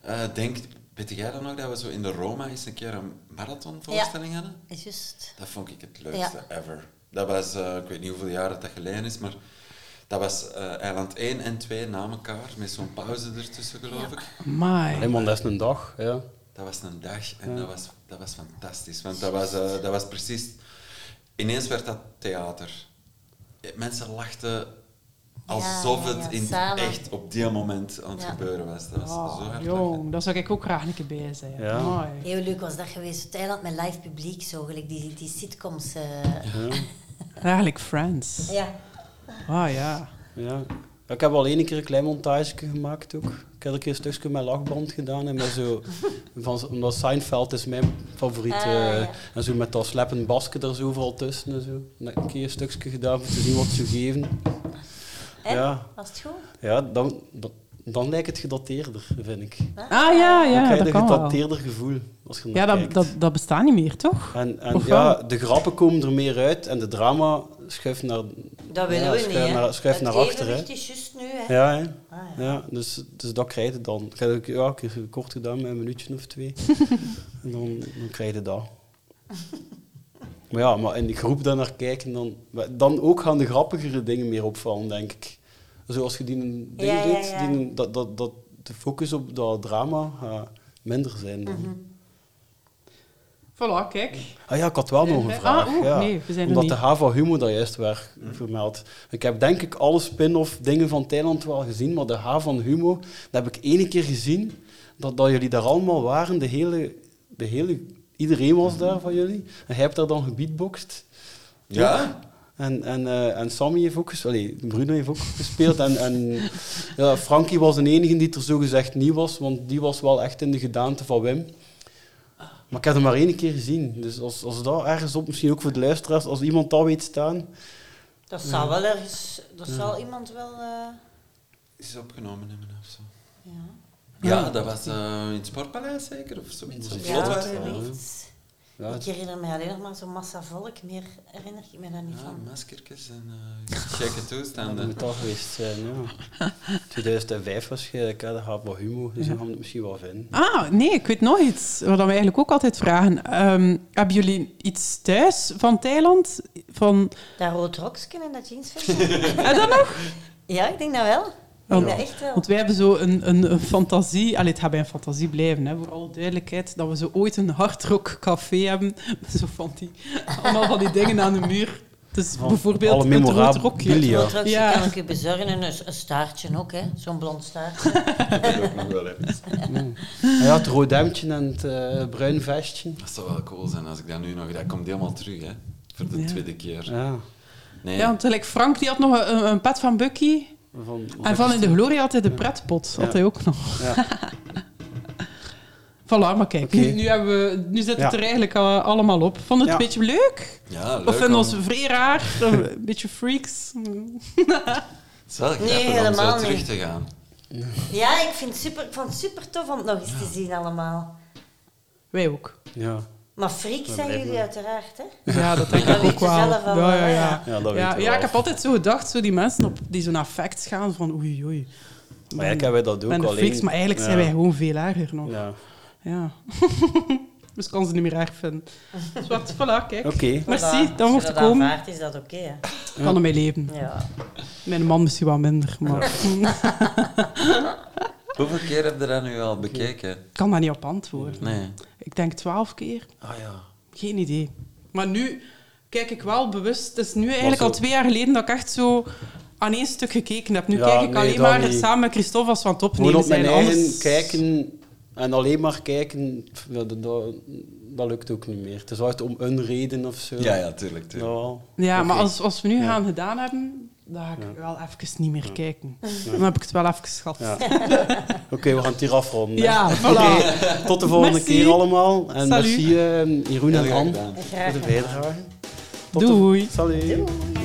Speaker 7: eh, denk, weet jij dan nog dat we zo in de Roma eens een keer een marathonvoorstelling hadden?
Speaker 6: Is juist.
Speaker 7: Dat vond ik het leukste ever. Dat was, eh, ik weet niet hoeveel jaar dat, dat geleden is, maar dat was eh, eiland 1 en 2 na elkaar, met zo'n pauze ertussen, geloof ik.
Speaker 5: Amai.
Speaker 4: Nee, man, dat is een dag. Ja.
Speaker 7: Dat was een dag en
Speaker 4: Ja.
Speaker 7: dat, was, dat was fantastisch. Want dat was, eh, dat was precies... Ineens werd dat theater. Eh, Mensen lachten alsof
Speaker 6: ja, ja,
Speaker 7: het in,
Speaker 6: samen.
Speaker 7: echt op die moment aan het
Speaker 6: Ja.
Speaker 7: gebeuren was. Dat was zo
Speaker 5: Oh,
Speaker 7: hard.
Speaker 5: jong, daar zou ik ook graag een keer bij zijn.
Speaker 7: Ja.
Speaker 5: Amai.
Speaker 6: Heel leuk was dat geweest. Thailand met live publiek, zo gelijk die, die sitcoms. eh.
Speaker 5: Eigenlijk Friends.
Speaker 6: Ja.
Speaker 5: Ah ja.
Speaker 4: Ja. Ik heb al één keer een klein montage gemaakt ook. Ik heb een keer een stukje met lachband gedaan. En met
Speaker 5: <laughs>
Speaker 4: zo, van, omdat Seinfeld is mijn favoriet.
Speaker 6: Ah,
Speaker 4: eh,
Speaker 6: ja.
Speaker 4: En zo met dat sleppend basket er zo overal tussen. En zo. En dan heb ik een keer een stukje gedaan om te zien wat ze geven.
Speaker 6: En?
Speaker 4: Ja.
Speaker 6: Was het goed?
Speaker 4: Ja, dan, dan, dan lijkt het gedateerder, vind ik.
Speaker 5: Ah ja,
Speaker 4: dan
Speaker 5: ja.
Speaker 4: krijg je
Speaker 5: Dat
Speaker 4: een
Speaker 5: kan wel.
Speaker 4: gedateerder gevoel. Als je
Speaker 5: Ja, dat, dat, dat bestaat niet meer, toch?
Speaker 4: En, en
Speaker 5: Of wel?
Speaker 4: ja, de grappen komen er meer uit en de drama schuift naar,
Speaker 6: Dat willen we
Speaker 4: schuift
Speaker 6: niet, hè.
Speaker 4: naar, schuift
Speaker 6: Het
Speaker 4: naar achter.
Speaker 6: evenwicht
Speaker 4: hè.
Speaker 6: is juist nu, hè.
Speaker 4: Ja, hè.
Speaker 6: Ah,
Speaker 4: ja. dus, dus dat krijg je dan. Ik heb ook ja, ik heb het kort gedaan met een minuutje of
Speaker 6: <laughs>
Speaker 4: twee. en dan, dan krijg je dat. Maar ja, maar in die groep daar naar kijken, dan, dan ook gaan de grappigere dingen meer opvallen, denk ik. Zoals je die dingen
Speaker 6: Ja, ja,
Speaker 4: doet,
Speaker 6: ja.
Speaker 4: Die, dat, dat, dat de focus op dat drama gaat minder zijn dan.
Speaker 6: Mhm.
Speaker 5: Voilà, kijk.
Speaker 4: Ah ja, ik had wel
Speaker 5: Zijn
Speaker 4: nog
Speaker 5: we-
Speaker 4: een vraag.
Speaker 5: Ah, oeh,
Speaker 4: ja.
Speaker 5: nee, we zijn er
Speaker 4: Omdat
Speaker 5: niet.
Speaker 4: de Hava Humo daar juist werd vermeld. Ik heb denk ik alle spin-off dingen van Thailand wel gezien, maar de H van Humo, dat heb ik één keer gezien, dat, dat jullie daar allemaal waren, de hele, de hele... Iedereen was daar van jullie. En jij hebt daar dan gebeatboxt.
Speaker 7: Ja?
Speaker 4: En, en, eh, en Sammy heeft ook gespeeld, allee, Bruno heeft ook gespeeld. En, en ja, Frankie was de enige die er zogezegd niet was, want die was wel echt in de gedaante van Wim. Maar ik heb hem maar één keer gezien. Dus als, als dat ergens op, misschien ook voor de luisteraars, als iemand dat weet staan.
Speaker 6: Dat
Speaker 4: Ja.
Speaker 6: zal wel ergens... Dat
Speaker 4: Ja.
Speaker 6: zal iemand wel... eh,
Speaker 7: Is opgenomen hebben of zo.
Speaker 6: ja.
Speaker 7: Ja, dat was eh, in het Sportpaleis zeker of zoiets. Of
Speaker 6: Ja,
Speaker 7: Vlotwijk?
Speaker 6: zoiets.
Speaker 7: Ja,
Speaker 6: Ik herinner mij alleen nog maar zo'n massa volk. Meer herinner ik me daar niet
Speaker 7: Ja,
Speaker 6: van.
Speaker 7: maskertjes en eh <laughs> gekke
Speaker 4: Dat
Speaker 7: toestanden.
Speaker 4: moet dat geweest zijn, ja. 2005 waarschijnlijk, hè, de Hava Humo. Dus dan gaan we het misschien wel vinden.
Speaker 5: Ah, nee, ik weet nog iets. Wat we eigenlijk ook altijd vragen. Ehm, hebben jullie iets thuis van Thailand? Van...
Speaker 6: Dat rood rokje en dat jeansvestje.
Speaker 5: En dan nog?
Speaker 6: Ja, ik denk dat wel. Ik denk dat echt wel.
Speaker 5: Want wij hebben zo een, een, een fantasie... Allee, het gaat bij een fantasie blijven, hè, voor alle duidelijkheid. Dat we zo ooit een hardrockcafé hebben. <laughs> Met zo van die... Allemaal van die dingen aan de muur. Dus
Speaker 4: Van
Speaker 5: bijvoorbeeld
Speaker 4: alle
Speaker 5: het rood
Speaker 4: memorabilia.
Speaker 5: rokje.
Speaker 4: Het rood
Speaker 6: Rood
Speaker 5: Ja.
Speaker 6: ja. kan ik je bezorgen. En een, een staartje ook, hè. Zo'n blond staartje.
Speaker 4: Hij had het rood hemdje en het eh, bruin vestje.
Speaker 7: <laughs> Dat zou wel cool zijn als ik dat nu nog... Dat komt helemaal terug, hè. Voor de
Speaker 5: Ja.
Speaker 7: tweede keer.
Speaker 4: Ja.
Speaker 7: Nee.
Speaker 5: Ja, want like Frank die had nog een, een pet van Bucky.
Speaker 4: Van-
Speaker 5: en van in de glorie had hij de pretpot. Had
Speaker 4: Ja.
Speaker 5: hij ook nog.
Speaker 4: Ja.
Speaker 5: <laughs> voilà, maar kijk. Nu,
Speaker 4: Oké.
Speaker 5: nu, hebben we, nu zit het
Speaker 4: Ja.
Speaker 5: er eigenlijk al- allemaal op. Vond het
Speaker 4: Ja.
Speaker 5: een beetje leuk?
Speaker 7: Ja, leuk
Speaker 5: Of vinden
Speaker 7: om-
Speaker 5: ons vrij raar? een beetje freaks?
Speaker 7: Het is wel
Speaker 6: Nee,
Speaker 7: grappig om zo
Speaker 6: helemaal
Speaker 7: terug
Speaker 6: niet.
Speaker 7: te gaan.
Speaker 6: Ja, ik, vind het super, ik vond het super tof om het nog eens te zien allemaal.
Speaker 5: Wij ook.
Speaker 4: Ja.
Speaker 6: Maar
Speaker 5: We
Speaker 6: freak zijn
Speaker 5: blijven.
Speaker 6: jullie uiteraard, hè?
Speaker 5: Ja, dat denk ik ook
Speaker 6: weet je
Speaker 5: wel.
Speaker 6: zelf al
Speaker 5: ja, ja,
Speaker 6: hè,
Speaker 5: ja.
Speaker 4: Ja, dat
Speaker 5: ja,
Speaker 4: weten we
Speaker 5: ja,
Speaker 4: wel.
Speaker 5: ik heb altijd zo gedacht, zo die mensen op, die zo'n affect gaan van oei, oei.
Speaker 4: Maar eigenlijk hebben wij dat ook
Speaker 5: ben de
Speaker 4: alleen.
Speaker 5: freaks, maar eigenlijk zijn
Speaker 4: Ja.
Speaker 5: wij gewoon veel erger nog.
Speaker 4: Ja.
Speaker 5: Ja. <laughs> dus ik kan ze niet meer erg vinden. Dus wat, voilà, kijk.
Speaker 4: Oké.
Speaker 5: Merci,
Speaker 6: Voilà.
Speaker 5: dan
Speaker 6: Als
Speaker 5: mocht
Speaker 6: je
Speaker 5: ik
Speaker 6: dat
Speaker 5: komen.
Speaker 6: aanvaardt, is dat oké, hè?
Speaker 5: Ik kan ermee leven.
Speaker 6: Ja.
Speaker 5: Mijn man misschien wel minder, maar...
Speaker 7: Hoeveel keer heb je dat nu al bekeken?
Speaker 5: <laughs> Ik kan daar niet op antwoorden.
Speaker 7: Nee.
Speaker 5: Ik denk twaalf keer.
Speaker 7: Ah ja.
Speaker 5: Geen idee. Maar nu kijk ik wel bewust. Het is nu eigenlijk
Speaker 4: zo-
Speaker 5: al twee jaar geleden dat ik echt zo aan één stuk gekeken heb. Nu
Speaker 4: Ja,
Speaker 5: kijk ik
Speaker 4: nee,
Speaker 5: alleen
Speaker 4: dat
Speaker 5: maar
Speaker 4: niet.
Speaker 5: samen met Christophe als we aan het
Speaker 4: Gewoon
Speaker 5: opnemen
Speaker 4: op mijn
Speaker 5: zijn.
Speaker 4: eigen
Speaker 5: Anders-
Speaker 4: kijken en alleen maar kijken, pff, ja, dat, dat, dat lukt ook niet meer. Het is altijd om een reden of zo.
Speaker 7: Ja, ja, tuurlijk, tuurlijk.
Speaker 4: wel.
Speaker 5: Ja, maar
Speaker 4: Oké.
Speaker 5: als, als we nu
Speaker 4: Ja.
Speaker 5: gaan gedaan hebben, dan ga ik wel even niet meer kijken.
Speaker 4: Ja.
Speaker 5: Dan heb ik het wel even gehad.
Speaker 4: Ja. Oké, we gaan het hier afronden. hè.
Speaker 5: Ja, voilà.
Speaker 4: Oké, tot de volgende
Speaker 5: Merci.
Speaker 4: keer allemaal. En
Speaker 5: Salut.
Speaker 4: merci eh, Jeroen en
Speaker 7: Heel
Speaker 4: Han
Speaker 7: graag gedaan.
Speaker 4: voor de bijdrage.
Speaker 5: Doei.
Speaker 4: Salut.